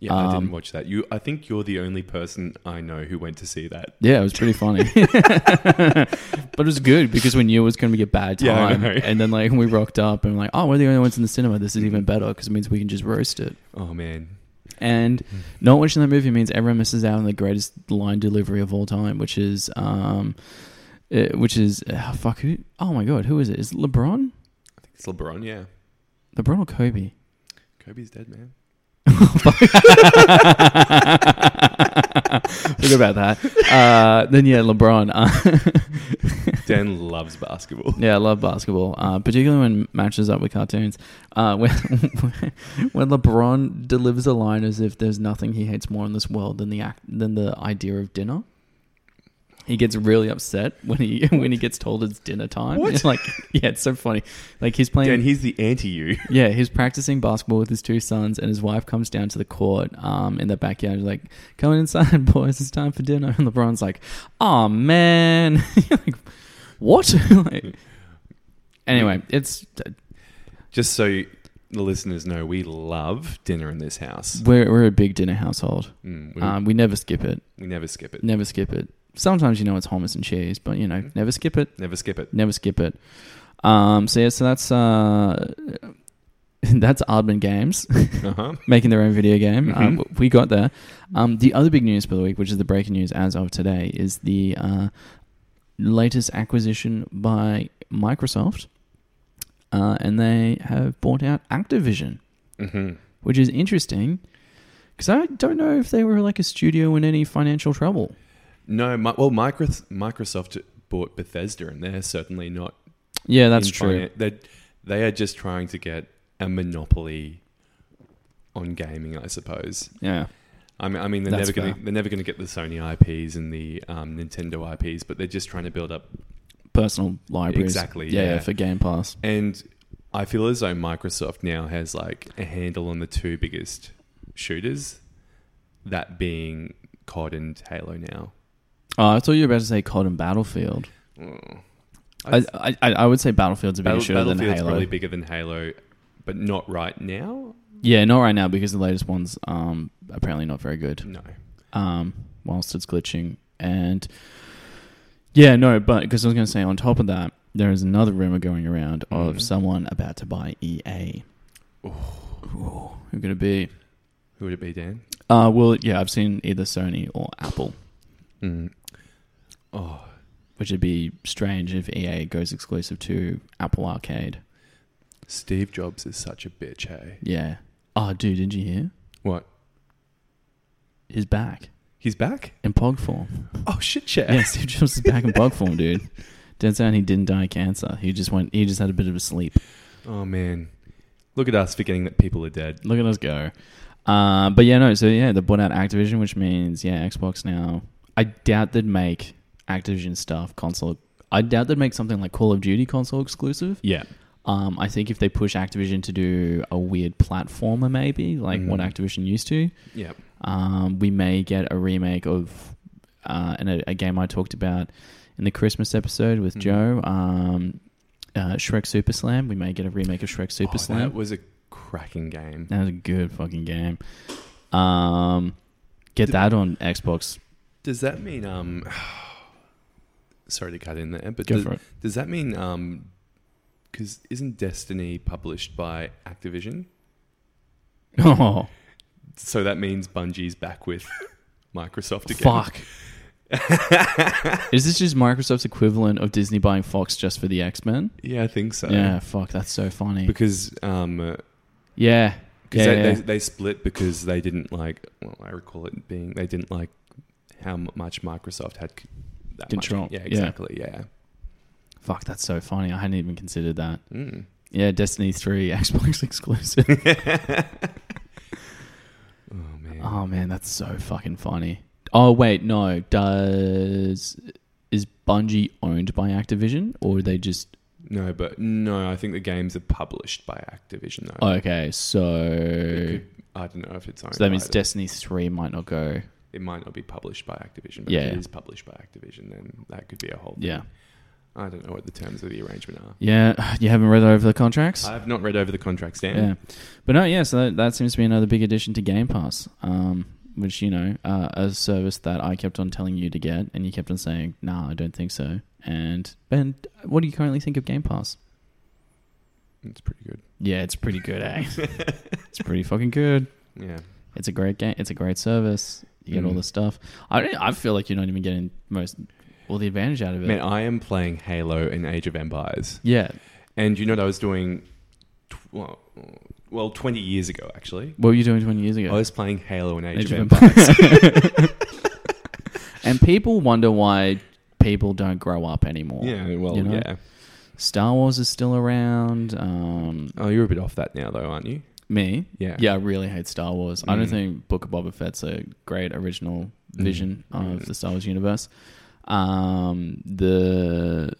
Speaker 3: Yeah, I
Speaker 2: Um,
Speaker 3: didn't watch that. You, I think you're the only person I know who went to see that.
Speaker 2: Yeah, it was pretty funny, but it was good because we knew it was going to be a bad
Speaker 3: Yeah, I
Speaker 2: time,
Speaker 3: know.
Speaker 2: and then like we rocked up and we're like, oh, we're the only ones in the cinema. This is even better because it means we can just roast it.
Speaker 3: Oh man,
Speaker 2: And not watching that movie means everyone misses out on the greatest line delivery of all time, which is, um, uh which is uh, fuck who? Oh my god, who is it? Is it LeBron?
Speaker 3: I think it's LeBron. Yeah,
Speaker 2: LeBron or Kobe?
Speaker 3: Kobe's dead, man.
Speaker 2: Forget about that. Uh, then yeah, LeBron. Uh,
Speaker 3: Dan loves basketball.
Speaker 2: yeah, I love basketball, uh, particularly when it matches up with cartoons. Uh, when when LeBron delivers a line as if there's nothing he hates more in this world than the act than the idea of dinner. He gets really upset when he when he gets told it's dinner time.
Speaker 3: What?
Speaker 2: It's like yeah, it's so funny. Like he's playing
Speaker 3: Dan, he's the anti-you.
Speaker 2: yeah, he's practicing basketball with his two sons, and his wife comes down to the court um, in the backyard. She's like, "Come inside, boys. It's time for dinner." And LeBron's like, "Oh man, like, what?" like, anyway, it's
Speaker 3: Just so the listeners know, we love dinner in this house.
Speaker 2: we're we're a big dinner household.
Speaker 3: Mm, we,
Speaker 2: Um, we never skip it.
Speaker 3: we never skip it.
Speaker 2: Never skip it. Sometimes you know it's hummus and cheese, but you know, never skip it.
Speaker 3: Never skip it.
Speaker 2: Never skip it. Um, so yeah, so that's uh, that's Ardman Games.
Speaker 3: Uh huh.
Speaker 2: making their own video game.
Speaker 3: Mhm.
Speaker 2: Um, we got there. Um, the other big news for the week, which is the breaking news as of today, is the uh, latest acquisition by Microsoft, uh, and they have bought out Activision,
Speaker 3: hmm
Speaker 2: which is interesting because I don't know if they were like a studio in any financial trouble.
Speaker 3: No, mi- well, Micros- Microsoft bought Bethesda, and they're certainly not.
Speaker 2: Yeah, that's
Speaker 3: in
Speaker 2: true.
Speaker 3: finan- They they are just trying to get a monopoly on gaming, I suppose.
Speaker 2: Yeah,
Speaker 3: I mean, I mean, they're
Speaker 2: That's
Speaker 3: never going
Speaker 2: fair.
Speaker 3: to they're never going to get the Sony IPs and the um, Nintendo IPs, but they're just trying to build up.
Speaker 2: personal libraries.
Speaker 3: Exactly,
Speaker 2: Yeah,
Speaker 3: yeah.
Speaker 2: for Game Pass.
Speaker 3: And I feel as though Microsoft now has like a handle on the two biggest shooters, that being COD and Halo. Now,
Speaker 2: Oh, I thought you were about to say COD and Battlefield.
Speaker 3: Mm.
Speaker 2: I I, I, I would say Battlefield's a bigger
Speaker 3: Battle-
Speaker 2: shooter than
Speaker 3: Battlefield's
Speaker 2: Halo.
Speaker 3: probably bigger than Halo, but not right now.
Speaker 2: Yeah, not right now because the latest one's um, apparently not very good.
Speaker 3: No.
Speaker 2: Um, whilst it's glitching, and yeah, no, but because I was going to say, on top of that, there is another rumor going around
Speaker 3: Mhm.
Speaker 2: of someone about to buy EA. Ooh, who could it be?
Speaker 3: Who would it be, Dan?
Speaker 2: Uh, well, yeah, I've seen either Sony or Apple,
Speaker 3: Mm. Oh,
Speaker 2: which would be strange if EA goes exclusive to Apple Arcade.
Speaker 3: Steve Jobs is such a bitch. Hey,
Speaker 2: Yeah. Oh, dude, did you hear?
Speaker 3: what?
Speaker 2: He's back
Speaker 3: He's back?
Speaker 2: in pog form.
Speaker 3: Oh shit, chat.
Speaker 2: Yeah, Steve Jobs is back in bug form, dude. Turns out he didn't die of cancer. He just went. He just had a bit of a sleep.
Speaker 3: Oh man, look at us forgetting that people are dead.
Speaker 2: Look at us go. Uh, but yeah, no. So yeah, they bought out Activision, which means yeah, Xbox now. I doubt they'd make Activision stuff console. I doubt they'd make something like Call of Duty console exclusive.
Speaker 3: Yeah,
Speaker 2: Um, I think if they push Activision to do a weird platformer, maybe like what
Speaker 3: Mm.
Speaker 2: Activision used to,
Speaker 3: yeah.
Speaker 2: um, we may get a remake of uh, and a, a game I talked about in the Christmas episode with
Speaker 3: Mhm.
Speaker 2: Joe, um, uh, Shrek Super Slam. We may get a remake of Shrek Super
Speaker 3: Oh,
Speaker 2: Slam.
Speaker 3: That was a cracking game.
Speaker 2: that was a good fucking game. Um, get
Speaker 3: Did-
Speaker 2: that on Xbox.
Speaker 3: Does that mean um? Sorry to cut in there, but
Speaker 2: Go
Speaker 3: does,
Speaker 2: for it.
Speaker 3: does that mean um? Because isn't Destiny published by Activision?
Speaker 2: Oh,
Speaker 3: So that means Bungie's back with Microsoft again.
Speaker 2: fuck. Is this just Microsoft's equivalent of Disney buying Fox just for the X Men?
Speaker 3: Yeah, I think so.
Speaker 2: Yeah, fuck, that's so funny.
Speaker 3: because um, uh,
Speaker 2: yeah,
Speaker 3: Because
Speaker 2: Yeah,
Speaker 3: they,
Speaker 2: yeah.
Speaker 3: They, they split because they didn't like. Well, I recall it being they didn't like how m- much Microsoft had c- that much-
Speaker 2: Control,
Speaker 3: Yeah,
Speaker 2: yeah.
Speaker 3: exactly. Yeah.
Speaker 2: fuck, that's so funny. I hadn't even considered that.
Speaker 3: Mm.
Speaker 2: Yeah, Destiny Three Xbox exclusive.
Speaker 3: Oh
Speaker 2: Uh-huh.
Speaker 3: man.
Speaker 2: Oh man, that's so fucking funny. Oh wait, no. Does is Bungie owned by Activision or are they just
Speaker 3: No, but no, I think the games are published by Activision though.
Speaker 2: okay?
Speaker 3: It
Speaker 2: So,
Speaker 3: Oh. could- I don't know if it's owned.
Speaker 2: Oh, so that
Speaker 3: by
Speaker 2: means
Speaker 3: them.
Speaker 2: Destiny three might not go.
Speaker 3: it might not be published by Activision, but if
Speaker 2: Yeah.
Speaker 3: it is published by Activision, then that could be a whole. thing.
Speaker 2: Yeah,
Speaker 3: I don't know what the terms of the arrangement are.
Speaker 2: yeah. You haven't read over the contracts.
Speaker 3: I've not read over the contracts, Dan.
Speaker 2: Yeah, but no, yeah. So that, that seems to be another big addition to Game Pass, um, which you know, uh, a service that I kept on telling you to get, and you kept on saying, "Nah, I don't think so." And Ben, what do you currently think of Game Pass?
Speaker 3: It's pretty good.
Speaker 2: Yeah, it's pretty good, eh? it's pretty fucking good.
Speaker 3: Yeah.
Speaker 2: It's a great game. It's a great service. You get all
Speaker 3: Mm.
Speaker 2: the stuff. I don't- I feel like you're not even getting most all the advantage out of it.
Speaker 3: Man, I am playing Halo and Age of Empires.
Speaker 2: yeah.
Speaker 3: And you know what I was doing, tw- well, well, 20 years ago, actually.
Speaker 2: What were you doing 20 years ago?
Speaker 3: I was playing Halo and Age,
Speaker 2: Age
Speaker 3: of
Speaker 2: of
Speaker 3: Empires.
Speaker 2: and people wonder why people don't grow up anymore.
Speaker 3: Yeah, well,
Speaker 2: You know?
Speaker 3: yeah.
Speaker 2: Star Wars is still around. Um,
Speaker 3: Oh, you're a bit off that now, though, aren't you?
Speaker 2: me,
Speaker 3: Yeah.
Speaker 2: yeah, I really hate Star Wars. I don't
Speaker 3: Mm.
Speaker 2: think Book of Boba Fett's a great original
Speaker 3: Mm.
Speaker 2: vision of
Speaker 3: Mm.
Speaker 2: the Star Wars universe. Um, the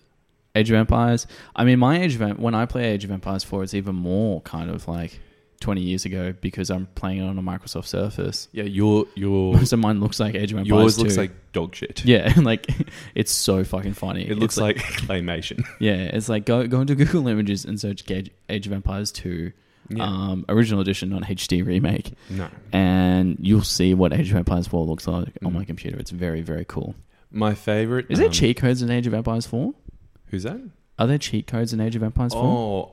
Speaker 2: Age of Empires. I mean, my Age of Em- when I play Age of Empires four, it's even more kind of like twenty years ago because I'm playing it on a Microsoft Surface.
Speaker 3: Yeah, your, your,
Speaker 2: Most of mine looks like Age of Empires.
Speaker 3: yours looks
Speaker 2: 2.
Speaker 3: like dog shit.
Speaker 2: yeah, and like it's so fucking funny.
Speaker 3: It
Speaker 2: It's
Speaker 3: looks like, claymation.
Speaker 2: yeah, it's like go go into Google Images and search Age, Age of Empires two,
Speaker 3: Yeah.
Speaker 2: um, original edition, not HD remake
Speaker 3: no.
Speaker 2: and you'll see what Age of Empires 4 looks like on
Speaker 3: Mm.
Speaker 2: my computer. It's very, very cool.
Speaker 3: My favorite.
Speaker 2: Is
Speaker 3: um,
Speaker 2: there cheat codes in Age of Empires 4?
Speaker 3: Who's that?
Speaker 2: Are there cheat codes in Age of Empires 4?
Speaker 3: Oh,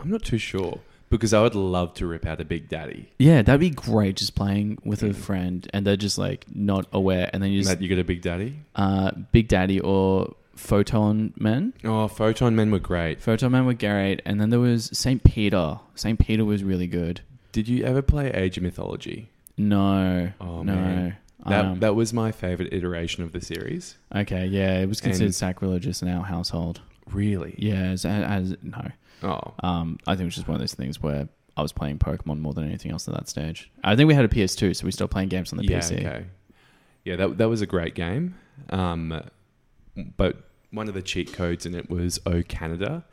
Speaker 3: I'm not too sure because I would love to rip out a Big Daddy.
Speaker 2: Yeah, that'd be great just playing with a
Speaker 3: Mm.
Speaker 2: friend and they're just like not aware and then you
Speaker 3: Matt,
Speaker 2: just
Speaker 3: you got a Big Daddy?
Speaker 2: uh, Big Daddy or Photon Men.
Speaker 3: Oh, Photon Men were great.
Speaker 2: Photon Men with Garrett and then there was St. Peter. St. Peter was really good.
Speaker 3: Did you ever play Age of Mythology?
Speaker 2: No.
Speaker 3: Oh,
Speaker 2: no.
Speaker 3: man. That
Speaker 2: Um,
Speaker 3: that was my favorite iteration of the series.
Speaker 2: okay, yeah, it was considered
Speaker 3: And-
Speaker 2: sacrilegious in our household.
Speaker 3: Really?
Speaker 2: Yeah, as, as no.
Speaker 3: Oh,
Speaker 2: Um, I think it was just one of those things where I was playing Pokemon more than anything else at that stage. I think we had a PS2, so we started playing games on the E.
Speaker 3: yeah.
Speaker 2: PC.
Speaker 3: Okay. Yeah, that that was a great game. Um, but one of the cheat codes in it was O Canada,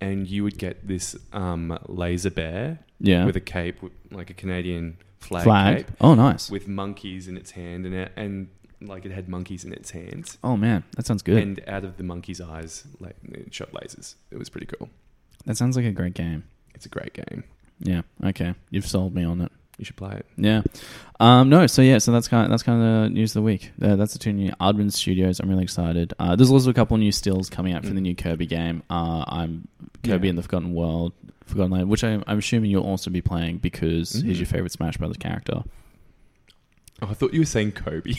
Speaker 3: and you would get this um laser bear
Speaker 2: Yeah.
Speaker 3: with a cape, with, like a Canadian flag,
Speaker 2: flag.
Speaker 3: cape,
Speaker 2: Oh, nice.
Speaker 3: with monkeys in its hand, and it, and like it had monkeys in its hands.
Speaker 2: oh man, that sounds good.
Speaker 3: And out of the monkey's eyes, like it shot lasers. It was pretty cool.
Speaker 2: that sounds like a great game.
Speaker 3: It's a great game.
Speaker 2: Yeah. Okay. You've sold me on it.
Speaker 3: You should play it.
Speaker 2: Yeah. Um, no. So yeah. So that's kind. Of, that's kind of the news of the week. Uh, that's the two new Aardman Studios. I'm really excited. Uh, there's also a couple new stills coming out for
Speaker 3: Mm.
Speaker 2: the new Kirby game. Uh, I'm Kirby
Speaker 3: Yeah.
Speaker 2: in the Forgotten World, Forgotten Land, which I, I'm assuming you'll also be playing because he's
Speaker 3: Mhm.
Speaker 2: your favorite Smash Brothers character.
Speaker 3: Oh, I thought you were saying Kobe,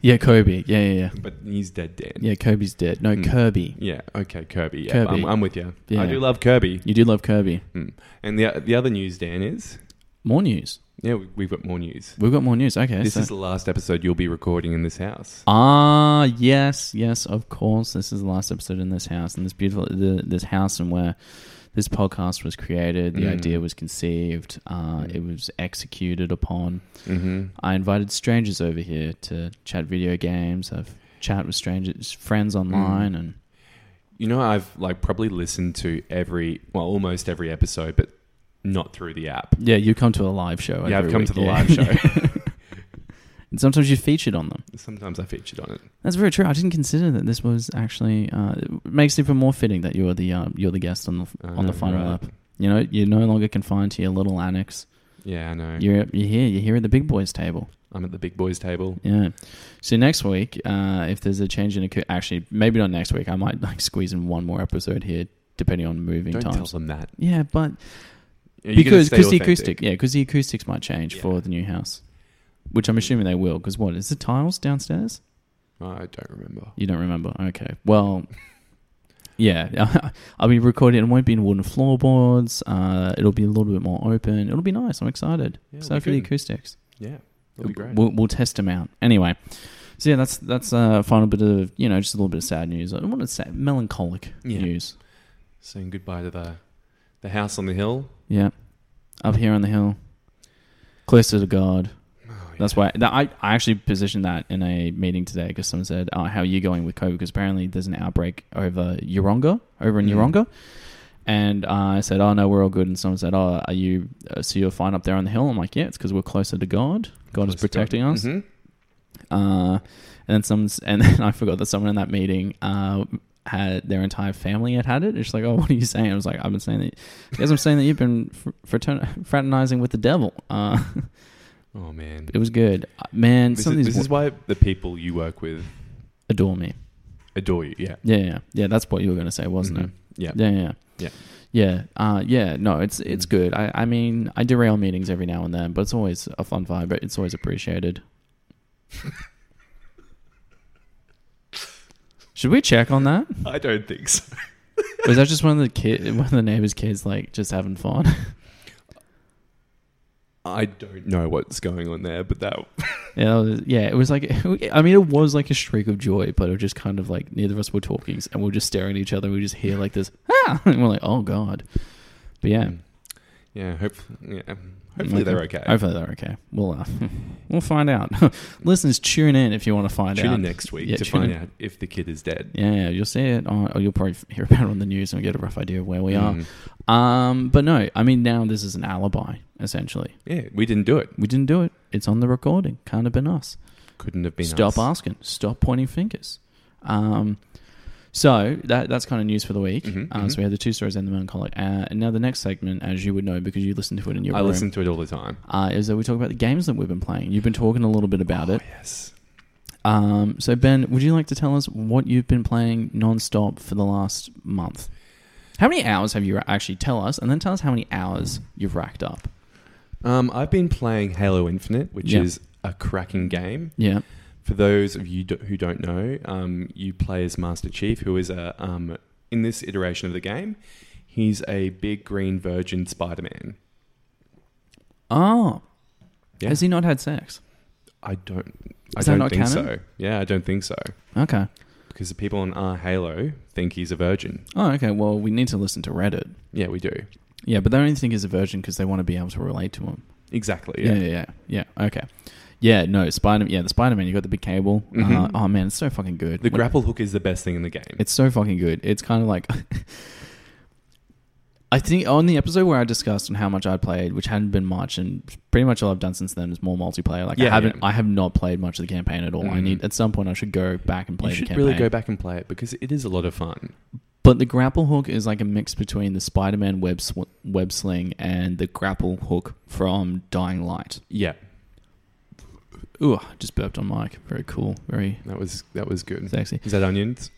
Speaker 2: Yeah, Kobe. Yeah, yeah, yeah.
Speaker 3: but he's dead, Dan.
Speaker 2: Yeah, Kobe's dead. No,
Speaker 3: Mm.
Speaker 2: Kirby.
Speaker 3: Yeah, okay, Kirby. Yeah,
Speaker 2: Kirby.
Speaker 3: I'm, I'm with you.
Speaker 2: Yeah.
Speaker 3: I do love Kirby.
Speaker 2: You do love Kirby.
Speaker 3: And the the other news, Dan, is
Speaker 2: More news.
Speaker 3: yeah, we, we've got more news.
Speaker 2: We've got more news. Okay.
Speaker 3: This
Speaker 2: so-
Speaker 3: is the last episode you'll be recording in this house.
Speaker 2: ah, yes, yes, of course. This is the last episode in this house, in this beautiful, the, this house, and where this podcast was created. The
Speaker 3: Mm.
Speaker 2: idea was conceived. Uh,
Speaker 3: Mm.
Speaker 2: It was executed upon.
Speaker 3: Mm-hmm.
Speaker 2: I invited strangers over here to chat video games. I've chat with strangers,
Speaker 3: Mm.
Speaker 2: friends online, and
Speaker 3: You know, I've like probably listened to every, well, almost every episode, but not through the app.
Speaker 2: yeah, you come to a live show.
Speaker 3: yeah, I've
Speaker 2: every
Speaker 3: come
Speaker 2: week,
Speaker 3: to the
Speaker 2: yeah.
Speaker 3: live show.
Speaker 2: and sometimes you're featured on them.
Speaker 3: Sometimes I featured on it.
Speaker 2: That's very true. I didn't consider that this was actually. Uh, it makes it even more fitting that you're the uh, you're the guest on the on the
Speaker 3: Uh,
Speaker 2: final
Speaker 3: right.
Speaker 2: lap. You know, you're no longer confined to your little annex.
Speaker 3: Yeah, I know.
Speaker 2: You're you're here. You're here at the big boys' table.
Speaker 3: I'm at the big boys table.
Speaker 2: Yeah. So next week, uh, if there's a change in a co- actually maybe not next week. I might like squeeze in one more episode here, depending on moving
Speaker 3: Don't tell
Speaker 2: times.
Speaker 3: them that.
Speaker 2: Yeah, but
Speaker 3: You're gonna
Speaker 2: because
Speaker 3: stay
Speaker 2: cause the
Speaker 3: authentic.
Speaker 2: acoustic, yeah, because the acoustics might change
Speaker 3: Yeah.
Speaker 2: for the new house, which I'm assuming they will. Because what is the tiles downstairs?
Speaker 3: I don't remember.
Speaker 2: You don't remember? Okay. Well, yeah, I'll be recording. It won't be in wooden floorboards. Uh, it'll be a little bit more open. It'll be nice. I'm excited.
Speaker 3: Yeah,
Speaker 2: so
Speaker 3: we
Speaker 2: for the
Speaker 3: could.
Speaker 2: acoustics,
Speaker 3: Yeah, that'll be great.
Speaker 2: We'll, we'll test them out anyway. So yeah, that's that's a final bit of you know just a little bit of sad news. I want to say melancholic
Speaker 3: Yeah.
Speaker 2: news.
Speaker 3: Saying goodbye to the the house on the hill.
Speaker 2: Yeah, up here on the hill, closer to God.
Speaker 3: Oh
Speaker 2: That's why that I, I actually positioned that in a meeting today because someone said, oh, "How are you going with COVID?" Because apparently there's an outbreak over Yoronga, over in
Speaker 3: Mm.
Speaker 2: Yoronga, and I said, "Oh no, we're all good." And someone said, "Oh, are you? Uh, so you're fine up there on the hill?" I'm like, "Yeah, it's because we're closer to God. God is protecting us."
Speaker 3: Mhm.
Speaker 2: Uh, and then some, and then I forgot that someone in that meeting uh, had their entire family had had it. It's like, oh, what are you saying? I was like, I've been saying that. Because I'm saying that you've been fr- fratern- fraternizing with the devil. Uh,
Speaker 3: Oh man,
Speaker 2: it was good, Uh, man.
Speaker 3: this,
Speaker 2: some
Speaker 3: is,
Speaker 2: of
Speaker 3: this
Speaker 2: these
Speaker 3: is
Speaker 2: wo-
Speaker 3: why the people you work with
Speaker 2: adore me.
Speaker 3: adore you. Yeah,
Speaker 2: Yeah, yeah, yeah. That's what you were going to say, wasn't
Speaker 3: Mhm. Yeah.
Speaker 2: it? Yeah, yeah,
Speaker 3: Yeah.
Speaker 2: yeah. Uh, yeah. No, it's it's
Speaker 3: Mm.
Speaker 2: good. I, I mean, I derail meetings every now and then, but it's always a fun vibe. But it's always appreciated. Should we check on that?
Speaker 3: I don't think so.
Speaker 2: Was that just one of the kid, one of the neighbors' kids, like just having fun?
Speaker 3: I don't know what's going on there, but that
Speaker 2: yeah, that was, yeah. It was like, I mean, it was like a streak of joy, but it was just kind of like neither of us were talking, and we were just staring at each other. and We just hear like this, ah, and we're like, oh god. But yeah,
Speaker 3: Mm. yeah. Hopefully, yeah. um, Hopefully
Speaker 2: Okay.
Speaker 3: they're okay.
Speaker 2: hopefully they're okay. We'll uh, we'll find out. Listeners, tune in if you want to find
Speaker 3: Tune
Speaker 2: out.
Speaker 3: in next week
Speaker 2: Yeah,
Speaker 3: to
Speaker 2: tune
Speaker 3: find
Speaker 2: in.
Speaker 3: out if the kid is dead.
Speaker 2: Yeah, yeah, you'll see it, on, or you'll probably hear about it on the news and get a rough idea of where we
Speaker 3: Mm.
Speaker 2: are. Um, but no, I mean now this is an alibi essentially.
Speaker 3: Yeah, we didn't do it.
Speaker 2: We didn't do it. It's on the recording. Can't have been us.
Speaker 3: Couldn't have been.
Speaker 2: Stop
Speaker 3: us.
Speaker 2: asking. Stop pointing fingers. Um, so that that's kind of news for the week.
Speaker 3: Mhm,
Speaker 2: uh,
Speaker 3: mhm.
Speaker 2: So we had the two stories and the melancholic. Uh, and now the next segment, as you would know because you listened to it in your
Speaker 3: I
Speaker 2: room,
Speaker 3: listen to it all the time.
Speaker 2: uh, is that we talk about the games that we've been playing. You've been talking a little bit about
Speaker 3: Oh,
Speaker 2: it.
Speaker 3: yes.
Speaker 2: Um, so Ben, would you like to tell us what you've been playing nonstop for the last month? How many hours have you ra- actually tell us, and then tell us how many hours you've racked up?
Speaker 3: Um, I've been playing Halo Infinite, which
Speaker 2: Yeah.
Speaker 3: is a cracking game.
Speaker 2: Yeah,
Speaker 3: For those of you do- who don't know, um, you play as Master Chief, who is a um, in this iteration of the game, he's a big green virgin Spider Man.
Speaker 2: Oh,
Speaker 3: Yeah.
Speaker 2: has he not had sex?
Speaker 3: I don't, I
Speaker 2: Is that
Speaker 3: don't
Speaker 2: not
Speaker 3: think
Speaker 2: canon?
Speaker 3: so. Yeah, I don't think so
Speaker 2: Okay.
Speaker 3: because the people on our Halo think he's a virgin.
Speaker 2: Oh, okay. Well, we need to listen to Reddit.
Speaker 3: Yeah, we do
Speaker 2: Yeah, but they only think he's a virgin because they want to be able to relate to him.
Speaker 3: exactly.
Speaker 2: Yeah,
Speaker 3: Yeah,
Speaker 2: yeah, yeah. yeah. Okay. Yeah, no, Spider. Yeah, the Spider Man. You got the big cable. Uh,
Speaker 3: Mhm.
Speaker 2: oh man, it's so fucking good.
Speaker 3: the
Speaker 2: When-
Speaker 3: grapple hook is the best thing in the game.
Speaker 2: It's so fucking good. It's kind of like. I think on the episode where I discussed on how much I played, which hadn't been much, and pretty much all I've done since then is more multiplayer. Like I
Speaker 3: Yeah,
Speaker 2: haven't,
Speaker 3: yeah.
Speaker 2: I have not played much of the campaign at all. I
Speaker 3: Mhm.
Speaker 2: need at some point I should go back and play
Speaker 3: you
Speaker 2: the
Speaker 3: should
Speaker 2: campaign.
Speaker 3: really go back and play it because it is a lot of fun.
Speaker 2: But the grapple hook is like a mix between the Spider-Man web sw- web sling and the grapple hook from Dying Light.
Speaker 3: Yeah,
Speaker 2: Ooh, I just burped on mic. Very cool. Very
Speaker 3: that was that was good.
Speaker 2: sexy.
Speaker 3: Is that onions?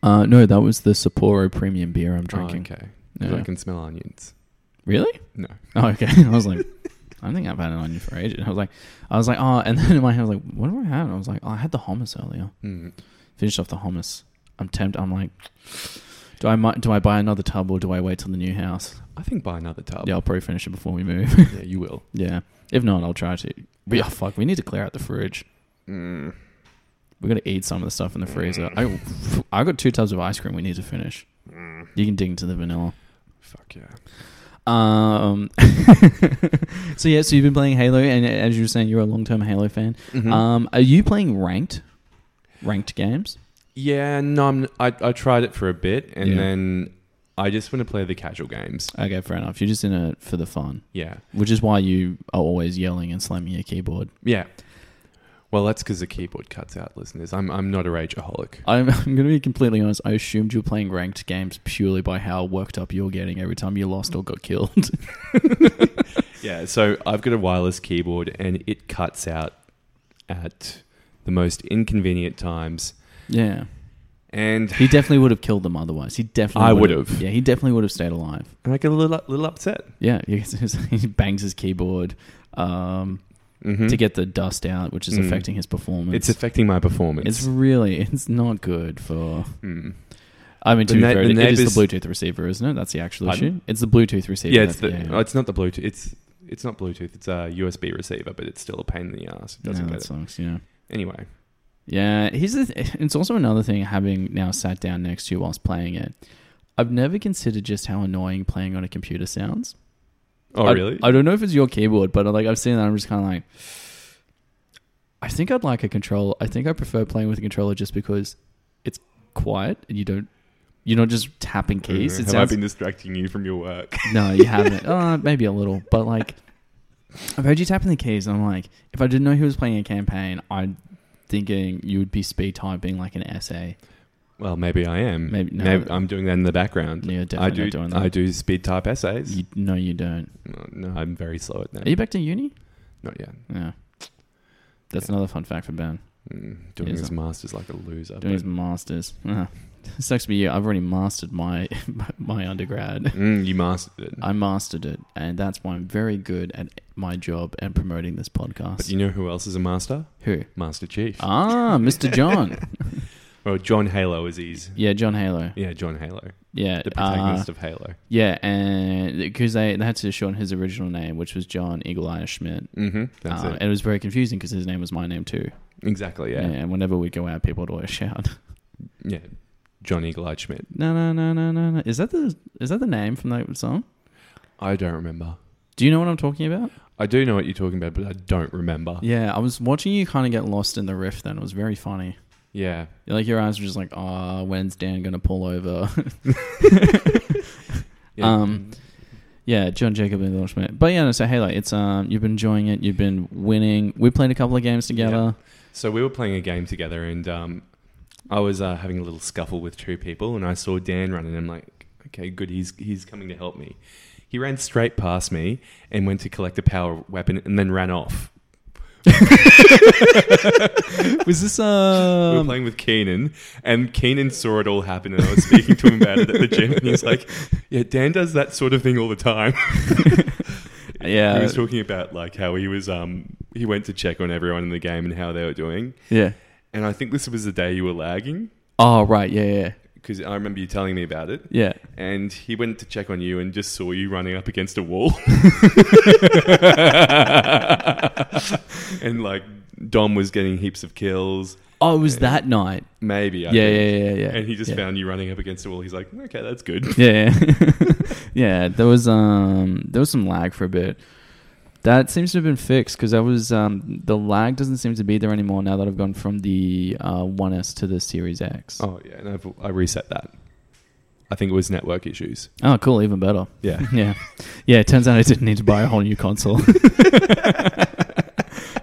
Speaker 2: Uh, no, that was the Sapporo premium beer I'm drinking.
Speaker 3: Oh, okay, 'Cause
Speaker 2: Yeah.
Speaker 3: I can smell onions.
Speaker 2: Really?
Speaker 3: No.
Speaker 2: Oh, okay. I was like, I don't think I've had an onion for ages. I was like, I was like, oh, and then in my head I was like, what do I have? And I was like, oh, I had the hummus earlier.
Speaker 3: Mm.
Speaker 2: Finished off the hummus. I'm tempted. I'm like, do I mi- do I buy another tub or do I wait till the new house?
Speaker 3: I think buy another tub.
Speaker 2: Yeah, I'll probably finish it before we move.
Speaker 3: Oh. yeah, you will.
Speaker 2: Yeah. If not, I'll try to. But yeah, fuck, we need to clear out the fridge.
Speaker 3: Mm.
Speaker 2: We're gonna eat some of the stuff in the freezer. I I got two tubs of ice cream we need to finish. You can dig into the vanilla.
Speaker 3: Fuck yeah.
Speaker 2: Um. so yeah, so you've been playing Halo, and as you were saying, you're a long term Halo fan.
Speaker 3: Uh,
Speaker 2: Um, are you playing ranked? Ranked games?
Speaker 3: yeah, no, I'm, I, I tried it for a bit and
Speaker 2: Yeah.
Speaker 3: then I just want to play the casual games.
Speaker 2: Okay, fair enough. You're just in it for the fun,
Speaker 3: Yeah.
Speaker 2: which is why you are always yelling and slamming your keyboard.
Speaker 3: Yeah. Well, that's because the keyboard cuts out, listeners. I'm, I'm not a rageaholic.
Speaker 2: I'm, I'm going to be completely honest. I assumed you were playing ranked games purely by how worked up you're getting every time you lost or got killed.
Speaker 3: Yeah, so I've got a wireless keyboard and it cuts out at the most inconvenient times.
Speaker 2: yeah.
Speaker 3: And,
Speaker 2: He definitely would have killed them otherwise. He definitely
Speaker 3: I
Speaker 2: would've-
Speaker 3: would've.
Speaker 2: Yeah, he definitely would have stayed alive.
Speaker 3: and I get a little, little upset.
Speaker 2: Yeah, he, he bangs his keyboard um,
Speaker 3: Mhm.
Speaker 2: to get the dust out, which is
Speaker 3: Mm.
Speaker 2: affecting his performance.
Speaker 3: it's affecting my performance.
Speaker 2: It's really it's not good for.
Speaker 3: Mm.
Speaker 2: I mean, to
Speaker 3: The
Speaker 2: be
Speaker 3: na-
Speaker 2: fair,
Speaker 3: the
Speaker 2: it it is
Speaker 3: neighbours-
Speaker 2: the Bluetooth receiver, isn't it? That's the actual
Speaker 3: Pardon?
Speaker 2: issue. It's the Bluetooth receiver.
Speaker 3: Yeah, it's the
Speaker 2: that's-
Speaker 3: oh, it's not the Bluetooth. It's it's not Bluetooth. It's a USB receiver, but it's still a pain in the ass. It
Speaker 2: No,
Speaker 3: doesn't
Speaker 2: that
Speaker 3: get it.
Speaker 2: sucks. Yeah.
Speaker 3: Anyway,
Speaker 2: Yeah, here's the th- it's also another thing having now sat down next to you whilst playing it. I've never considered just how annoying playing on a computer sounds.
Speaker 3: Oh,
Speaker 2: I-
Speaker 3: really?
Speaker 2: I don't know if it's your keyboard, but like I've seen that. I'm just kind of like, I think I'd like a controller. I think I prefer playing with a controller just because it's quiet and you don't, you're not just tapping keys.
Speaker 3: Mm, Have
Speaker 2: It
Speaker 3: I
Speaker 2: sounds,
Speaker 3: been distracting you from your work?
Speaker 2: no, you haven't. uh, maybe a little, but like I've heard you tapping the keys, and I'm like, if I didn't know he was playing a campaign, I'm thinking you would be speed typing like an essay.
Speaker 3: Well, maybe I am.
Speaker 2: Maybe- no.
Speaker 3: I'm doing that in the background.
Speaker 2: You're
Speaker 3: I
Speaker 2: definitely
Speaker 3: do.
Speaker 2: not doing that.
Speaker 3: I do speed type essays.
Speaker 2: You, no, you don't.
Speaker 3: No, no, I'm very slow at that.
Speaker 2: Are you back to uni?
Speaker 3: Not yet.
Speaker 2: Yeah. That's
Speaker 3: Yeah.
Speaker 2: another fun fact for Ben.
Speaker 3: Mm, doing
Speaker 2: Yes,
Speaker 3: his
Speaker 2: I-
Speaker 3: masters like a loser.
Speaker 2: Doing his
Speaker 3: but-
Speaker 2: masters. Uh, sucks to be you. I've already mastered my my undergrad.
Speaker 3: Mm, you mastered it.
Speaker 2: I mastered it, and that's why I'm very good at my job and promoting this podcast.
Speaker 3: But you know who else is a master?
Speaker 2: Who?
Speaker 3: Master Chief.
Speaker 2: Ah, Mr. John.
Speaker 3: well, John Halo is his.
Speaker 2: yeah, John Halo.
Speaker 3: Yeah, John Halo,
Speaker 2: Yeah,
Speaker 3: the
Speaker 2: uh,
Speaker 3: protagonist of Halo.
Speaker 2: yeah, and because they, they had to shorten his original name, which was John Eagle Eye Schmidt.
Speaker 3: Mm-hmm. That's
Speaker 2: Um,
Speaker 3: it.
Speaker 2: And it was very confusing because his name was my name too.
Speaker 3: Exactly.
Speaker 2: Yeah,
Speaker 3: Yeah. Yeah.
Speaker 2: and whenever we go out, people would always shout,
Speaker 3: John Eagle-Eyed Schmidt.
Speaker 2: "No, no, no, no, no, no!" Is that the is that the name from that song?
Speaker 3: I don't remember.
Speaker 2: Do you know what I'm talking about?
Speaker 3: I do know what you're talking about, but I don't remember.
Speaker 2: Yeah, I was watching you kind of get lost in the riff. Then it was very funny.
Speaker 3: Yeah.
Speaker 2: Like your eyes were just like, "Ah, when's Dan gonna pull over?"
Speaker 3: Yeah.
Speaker 2: Um, yeah, John Jacob and Bill Schmidt. But yeah, no, so hey, like it's um, you've been enjoying it. You've been winning. We played a couple of games together.
Speaker 3: So we were playing a game together, and um, I was uh, having a little scuffle with two people, and I saw Dan running. I'm like, okay, good, he's he's coming to help me. He ran straight past me and went to collect a power weapon, and then ran off.
Speaker 2: Was this
Speaker 3: we were
Speaker 2: um?
Speaker 3: playing with Keenan, and Keenan saw it all happen, and I was speaking to him about it at the gym, and he's like, "Yeah, Dan does that sort of thing all the time."
Speaker 2: Yeah.
Speaker 3: he was talking about like how he was um he went to check on everyone in the game and how they were doing,
Speaker 2: yeah.
Speaker 3: and I think this was the day you were lagging
Speaker 2: Oh right, yeah, yeah,
Speaker 3: because I remember you telling me about it.
Speaker 2: yeah.
Speaker 3: and he went to check on you and just saw you running up against a wall. and like Dom was getting heaps of kills,
Speaker 2: Oh, it was that night.
Speaker 3: maybe. I
Speaker 2: Yeah,
Speaker 3: think.
Speaker 2: yeah, yeah, yeah.
Speaker 3: And he just
Speaker 2: yeah.
Speaker 3: found you running up against a wall. He's like, okay, that's good.
Speaker 2: Yeah, yeah. There was um, there was some lag for a bit. That seems to have been fixed because that was um, the lag doesn't seem to be there anymore now that I've gone from the uh, 1S to the Series X.
Speaker 3: Oh yeah, and I've, I reset that. I think it was network issues.
Speaker 2: Oh, cool. Even better.
Speaker 3: Yeah.
Speaker 2: Yeah. Yeah. It turns out I didn't need to buy a whole new console.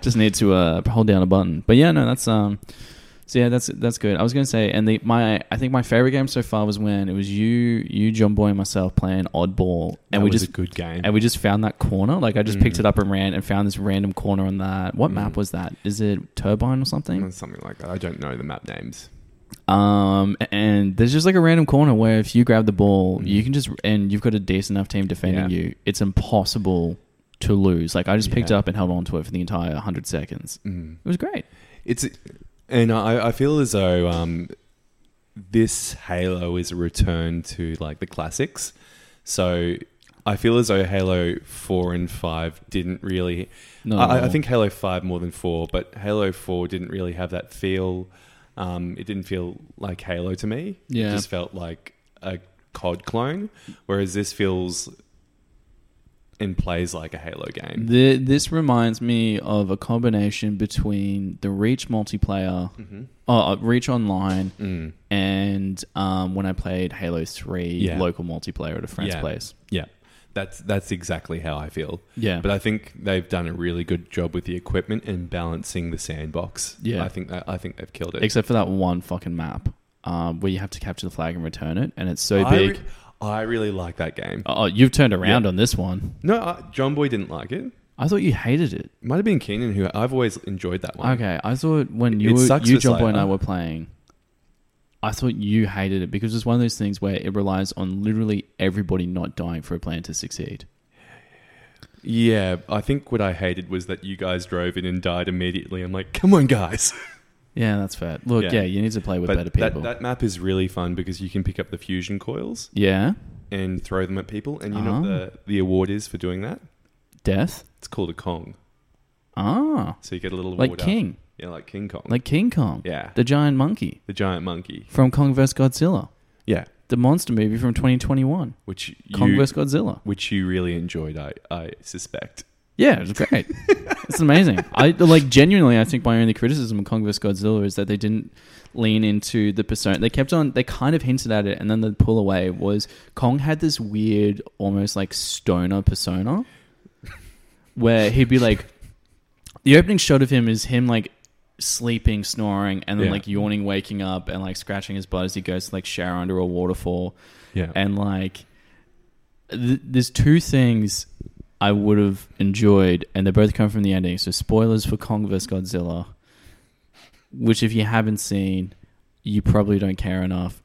Speaker 2: Just need to uh, hold down a button. But yeah, no, that's um. So yeah, that's that's good. I was gonna say, and the my I think my favorite game so far was when it was you, you, John Boy, and myself playing Oddball, and
Speaker 3: That
Speaker 2: we
Speaker 3: was
Speaker 2: just
Speaker 3: a good game.
Speaker 2: and we just found that corner. Like I just picked
Speaker 3: Mm.
Speaker 2: it up and ran and found this random corner on that. What map
Speaker 3: Mm.
Speaker 2: was that? Is it Turbine or something?
Speaker 3: Something like that. I don't know the map names.
Speaker 2: Um, and there's just like a random corner where if you grab the ball,
Speaker 3: Mm.
Speaker 2: you can just and you've got a decent enough team defending
Speaker 3: Yeah.
Speaker 2: you. It's impossible to lose. Like I just picked it
Speaker 3: Yeah.
Speaker 2: up and held on to it for the entire 100 seconds.
Speaker 3: Mm.
Speaker 2: It was great.
Speaker 3: It's and I, I feel as though um, this Halo is a return to like the classics. So I feel as though Halo four and five didn't really.
Speaker 2: No,
Speaker 3: I, I think Halo five more than four, but Halo four didn't really have that feel. Um, it didn't feel like Halo to me.
Speaker 2: Yeah.
Speaker 3: it just felt like a COD clone. Whereas this feels and plays like a Halo game.
Speaker 2: the, this reminds me of a combination between the Reach multiplayer, oh, uh, Reach Online,
Speaker 3: Mm-hmm. Mm.
Speaker 2: and um, when I played Halo Three
Speaker 3: Yeah.
Speaker 2: local multiplayer at a friend's
Speaker 3: Yeah.
Speaker 2: place.
Speaker 3: Yeah, that's that's exactly how I feel.
Speaker 2: Yeah,
Speaker 3: But I think they've done a really good job with the equipment and balancing the sandbox.
Speaker 2: Yeah.
Speaker 3: I think that, I think they've killed it.
Speaker 2: except for that one fucking map. Um, where you have to capture the flag and return it, and it's so
Speaker 3: I re-
Speaker 2: big.
Speaker 3: I really like that game.
Speaker 2: Oh, you've turned around
Speaker 3: Yeah.
Speaker 2: on this one.
Speaker 3: No, uh, John Boy didn't like it.
Speaker 2: I thought you hated it.
Speaker 3: Might have been Keenan who I've always enjoyed that one.
Speaker 2: Okay, I thought when
Speaker 3: It-
Speaker 2: you
Speaker 3: it
Speaker 2: were,
Speaker 3: sucks
Speaker 2: you
Speaker 3: for
Speaker 2: John Boy and I
Speaker 3: Slayer.
Speaker 2: were playing, I thought you hated it because it's one of those things where it relies on literally everybody not dying for a plan to succeed.
Speaker 3: Yeah, I think what I hated was that you guys drove in and died immediately. I'm like, come on, guys.
Speaker 2: Yeah, that's fair. Look, yeah,
Speaker 3: Yeah.
Speaker 2: you need to play with better
Speaker 3: But that,
Speaker 2: people.
Speaker 3: that map is really fun because you can pick up the fusion coils
Speaker 2: yeah,
Speaker 3: and throw them at people. And you know
Speaker 2: Ah.
Speaker 3: what the, the award is for doing that?
Speaker 2: death.
Speaker 3: It's called a Kong.
Speaker 2: Ah,
Speaker 3: So you get a little
Speaker 2: like
Speaker 3: award after-
Speaker 2: King,
Speaker 3: Yeah, like King Kong.
Speaker 2: like King Kong,
Speaker 3: yeah.
Speaker 2: the giant monkey
Speaker 3: the giant monkey.
Speaker 2: from Kong vs Godzilla.
Speaker 3: Yeah.
Speaker 2: the monster movie from 2021,
Speaker 3: which you,
Speaker 2: Conquest Godzilla.
Speaker 3: which you really enjoyed, I, I suspect.
Speaker 2: Yeah, it's great. it's amazing. I like genuinely. I think my only criticism of Kong vs Godzilla is that they didn't lean into the persona. They kept on. They kind of hinted at it, and then the pull away was Kong had this weird, almost like stoner persona, where he'd be like, the opening shot of him is him like sleeping, snoring, and then
Speaker 3: Yeah.
Speaker 2: like yawning, waking up, and like scratching his butt as he goes to like shower under a waterfall
Speaker 3: Yeah.
Speaker 2: and like th- there's two things I would have enjoyed, and they both come from the ending. So spoilers for Kong vs Godzilla, which if you haven't seen, you probably don't care enough.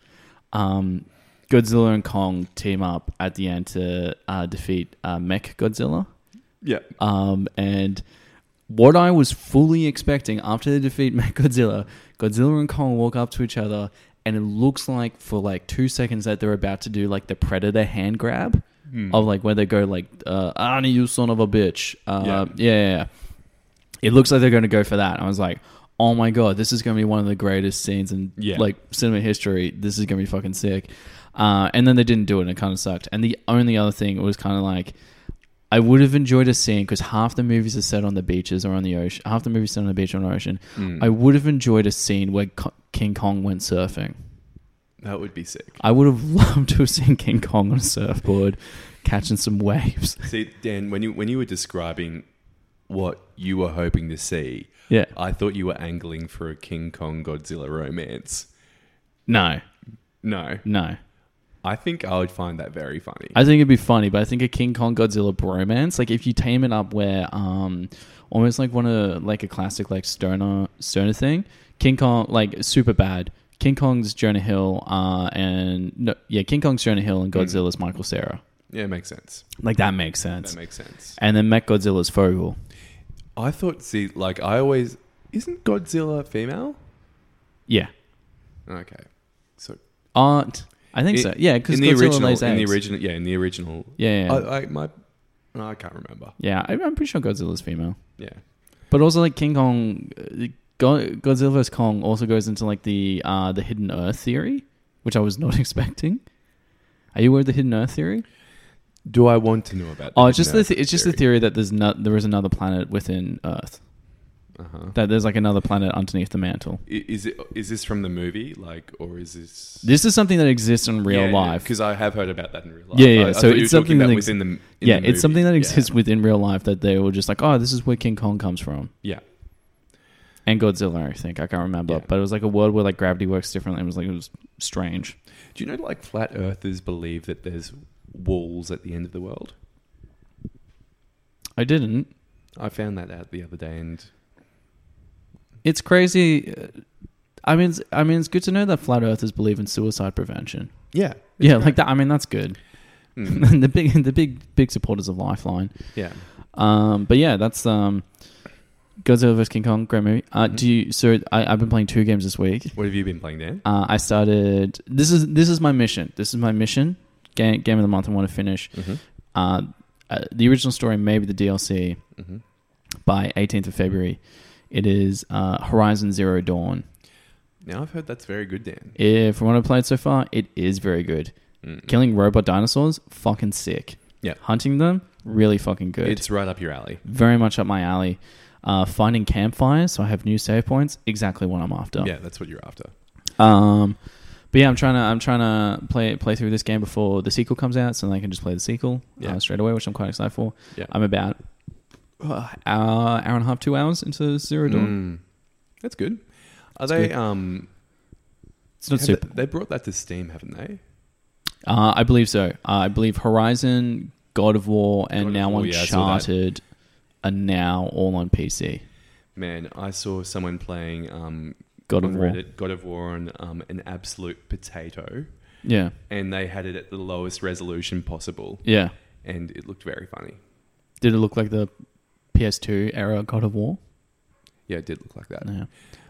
Speaker 2: Um, Godzilla and Kong team up at the end to uh, defeat uh, Mech Godzilla.
Speaker 3: yeah.
Speaker 2: Um, and what I was fully expecting after they defeat Matt Godzilla, Godzilla and Kong walk up to each other, and it looks like for like two seconds that they're about to do like the Predator hand grab of like where they go like uh, Arnie, you son of a bitch. Uh,
Speaker 3: Yeah.
Speaker 2: yeah, yeah, yeah. It looks like they're going to go for that. I was like, oh my god, this is going to be one of the greatest scenes in
Speaker 3: Yeah.
Speaker 2: like cinema history. This is going to be fucking sick. Uh, and then they didn't do it, and it kind of sucked. And the only other thing was kind of like. I would have enjoyed a scene because half the movies are set on the beaches or on the ocean. Half the movies set on the beach or on the ocean. I would have enjoyed a scene where Co- King Kong went surfing.
Speaker 3: That would be sick.
Speaker 2: I would have loved to have seen King Kong on a surfboard catching some waves.
Speaker 3: See, Dan, when you when you were describing what you were hoping to see,
Speaker 2: Yeah.
Speaker 3: I thought you were angling for a King Kong Godzilla romance.
Speaker 2: No,
Speaker 3: No,
Speaker 2: no.
Speaker 3: I think I would find that very funny.
Speaker 2: I think it'd be funny, but I think a King Kong Godzilla bromance, like if you tame it up where um almost like one of like a classic like stoner stoner thing. King Kong like super bad. King Kong's Jonah Hill, uh and no yeah, King Kong's Jonah Hill
Speaker 3: Hmm.
Speaker 2: and Godzilla's Michael Sarah.
Speaker 3: yeah, makes sense.
Speaker 2: Like that makes sense.
Speaker 3: That makes sense.
Speaker 2: and then Mech Godzilla's Fogel.
Speaker 3: I thought, see, like I always isn't Godzilla female?
Speaker 2: Yeah.
Speaker 3: Okay, so
Speaker 2: Art I think
Speaker 3: In-
Speaker 2: so. Yeah, because
Speaker 3: in the
Speaker 2: Godzilla
Speaker 3: original,
Speaker 2: lays
Speaker 3: in the
Speaker 2: eggs.
Speaker 3: original, yeah, in the original,
Speaker 2: Yeah, yeah.
Speaker 3: I, I my, no, I can't remember.
Speaker 2: yeah, I, I'm pretty sure Godzilla's female.
Speaker 3: Yeah,
Speaker 2: But also like King Kong, uh, Go- Godzilla vs Kong also goes into like the uh, the hidden Earth theory, which I was not expecting. Are you aware of the hidden Earth theory?
Speaker 3: do I want to know about?
Speaker 2: Oh, it's just the th- it's just the theory that there's not there is another planet within Earth
Speaker 3: Uh huh.
Speaker 2: that there's like another planet underneath the mantle.
Speaker 3: Is it is this from the movie, like, or is this
Speaker 2: This is something that exists in real life.
Speaker 3: Because I have heard about that in real life.
Speaker 2: Yeah, yeah,
Speaker 3: I, I
Speaker 2: so
Speaker 3: thought you
Speaker 2: it's
Speaker 3: were
Speaker 2: something
Speaker 3: talking about
Speaker 2: that ex-
Speaker 3: within the in
Speaker 2: yeah,
Speaker 3: the
Speaker 2: it's something
Speaker 3: movie.
Speaker 2: that
Speaker 3: Yeah.
Speaker 2: exists within real life that they were just like, oh, this is where King Kong comes from.
Speaker 3: Yeah,
Speaker 2: And Godzilla, I think I can't remember,
Speaker 3: Yeah.
Speaker 2: but it was like a world where like gravity works differently. It was like it was strange.
Speaker 3: Do you know, like, flat earthers believe that there's walls at the end of the world?
Speaker 2: I didn't.
Speaker 3: I found that out the other day, and
Speaker 2: it's crazy. uh, I mean, it's, I mean, it's good to know that flat earthers believe in suicide prevention.
Speaker 3: yeah,
Speaker 2: yeah, like that. I mean, that's good.
Speaker 3: Mm,
Speaker 2: the big, the big, big supporters of Lifeline.
Speaker 3: yeah.
Speaker 2: Um, but yeah, that's um, Godzilla vs King Kong, great movie. Uh,
Speaker 3: Mhm.
Speaker 2: Do you? So I, I've been playing two games this week.
Speaker 3: What have you been playing, Dan?
Speaker 2: Uh, I started. This is this is my mission. This is my mission. Game, game of the month. I want to finish
Speaker 3: Mm-hmm.
Speaker 2: uh, uh, the original story, maybe the DLC,
Speaker 3: Mm-hmm.
Speaker 2: by 18th of February. It is uh, Horizon Zero Dawn.
Speaker 3: Now I've heard that's very good, Dan.
Speaker 2: Yeah, Eh, from what I've played so far, it is very good.
Speaker 3: Mm.
Speaker 2: Killing robot dinosaurs, fucking sick.
Speaker 3: Yeah.
Speaker 2: Hunting them, really fucking good.
Speaker 3: It's right up your alley.
Speaker 2: very much up my alley. Uh, finding campfires, so I have new save points. Exactly what I'm after.
Speaker 3: Yeah, that's what you're after.
Speaker 2: Um, but yeah, I'm trying to I'm trying to play play through this game before the sequel comes out, so then I can just play the sequel
Speaker 3: Yeah.
Speaker 2: uh, straight away, which I'm quite excited for.
Speaker 3: Yeah.
Speaker 2: I'm about uh, hour, hour and a half, two hours into Zero Dawn.
Speaker 3: Mm. That's good. Are
Speaker 2: It's
Speaker 3: they?
Speaker 2: good.
Speaker 3: Um,
Speaker 2: It's not
Speaker 3: have
Speaker 2: super.
Speaker 3: They, they brought that to Steam, haven't they?
Speaker 2: Uh, I believe so. Uh, I believe Horizon, God of War, and
Speaker 3: God of
Speaker 2: now
Speaker 3: War, yeah, I saw that.
Speaker 2: Uncharted are now all on PC.
Speaker 3: Man, I saw someone playing um,
Speaker 2: God
Speaker 3: on
Speaker 2: of War.
Speaker 3: Reddit, God of War on um, an absolute potato,
Speaker 2: Yeah,
Speaker 3: and they had it at the lowest resolution possible,
Speaker 2: yeah.
Speaker 3: and it looked very funny.
Speaker 2: Did it look like the PS2 era God of War?
Speaker 3: Yeah, it did look like that,
Speaker 2: No.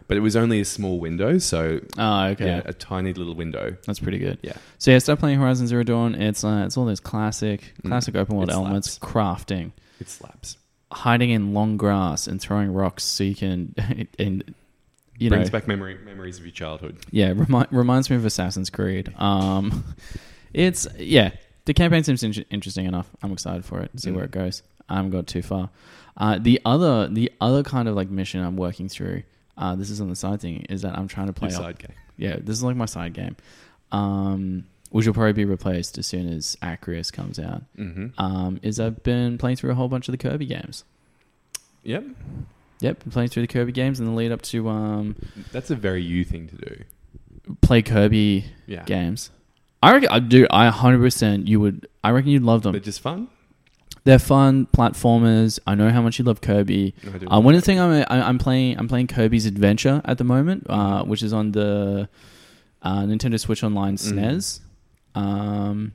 Speaker 3: but it was only a small window, so
Speaker 2: Oh, okay.
Speaker 3: yeah, a tiny little window.
Speaker 2: That's pretty good.
Speaker 3: Yeah.
Speaker 2: So yeah, start playing Horizon Zero Dawn. It's uh, it's all those classic
Speaker 3: Mm.
Speaker 2: classic open world
Speaker 3: It
Speaker 2: elements, crafting,
Speaker 3: It slaps.
Speaker 2: hiding in long grass, and throwing rocks so you can and you
Speaker 3: brings
Speaker 2: know,
Speaker 3: back memory, memories of your childhood.
Speaker 2: yeah, remi- reminds me of Assassin's Creed. Um, it's yeah, the campaign seems in- interesting enough. I'm excited for it. See where it goes. I haven't got too far. Uh, the other, the other kind of like mission I'm working through. Uh, this is on the side thing. Is that I'm trying to play
Speaker 3: Your
Speaker 2: up-
Speaker 3: side game.
Speaker 2: yeah, this is like my side game, um, which will probably be replaced as soon as Acrius comes out.
Speaker 3: Mm-hmm.
Speaker 2: Um, is I've been playing through a whole bunch of the Kirby games.
Speaker 3: Yep,
Speaker 2: Yep, been playing through the Kirby games in the lead up to um,
Speaker 3: that's a very you thing to do.
Speaker 2: play Kirby
Speaker 3: Yeah,
Speaker 2: games. I reckon, I do. I hundred percent. You would. I reckon you'd love
Speaker 3: they're
Speaker 2: them.
Speaker 3: just fun.
Speaker 2: They're fun platformers. I know how much you love Kirby.
Speaker 3: I do
Speaker 2: Uh, one of the thing I'm I- I'm playing I'm playing Kirby's Adventure at the moment, uh, which is on the uh, Nintendo Switch Online
Speaker 3: Mm.
Speaker 2: SNES. Um,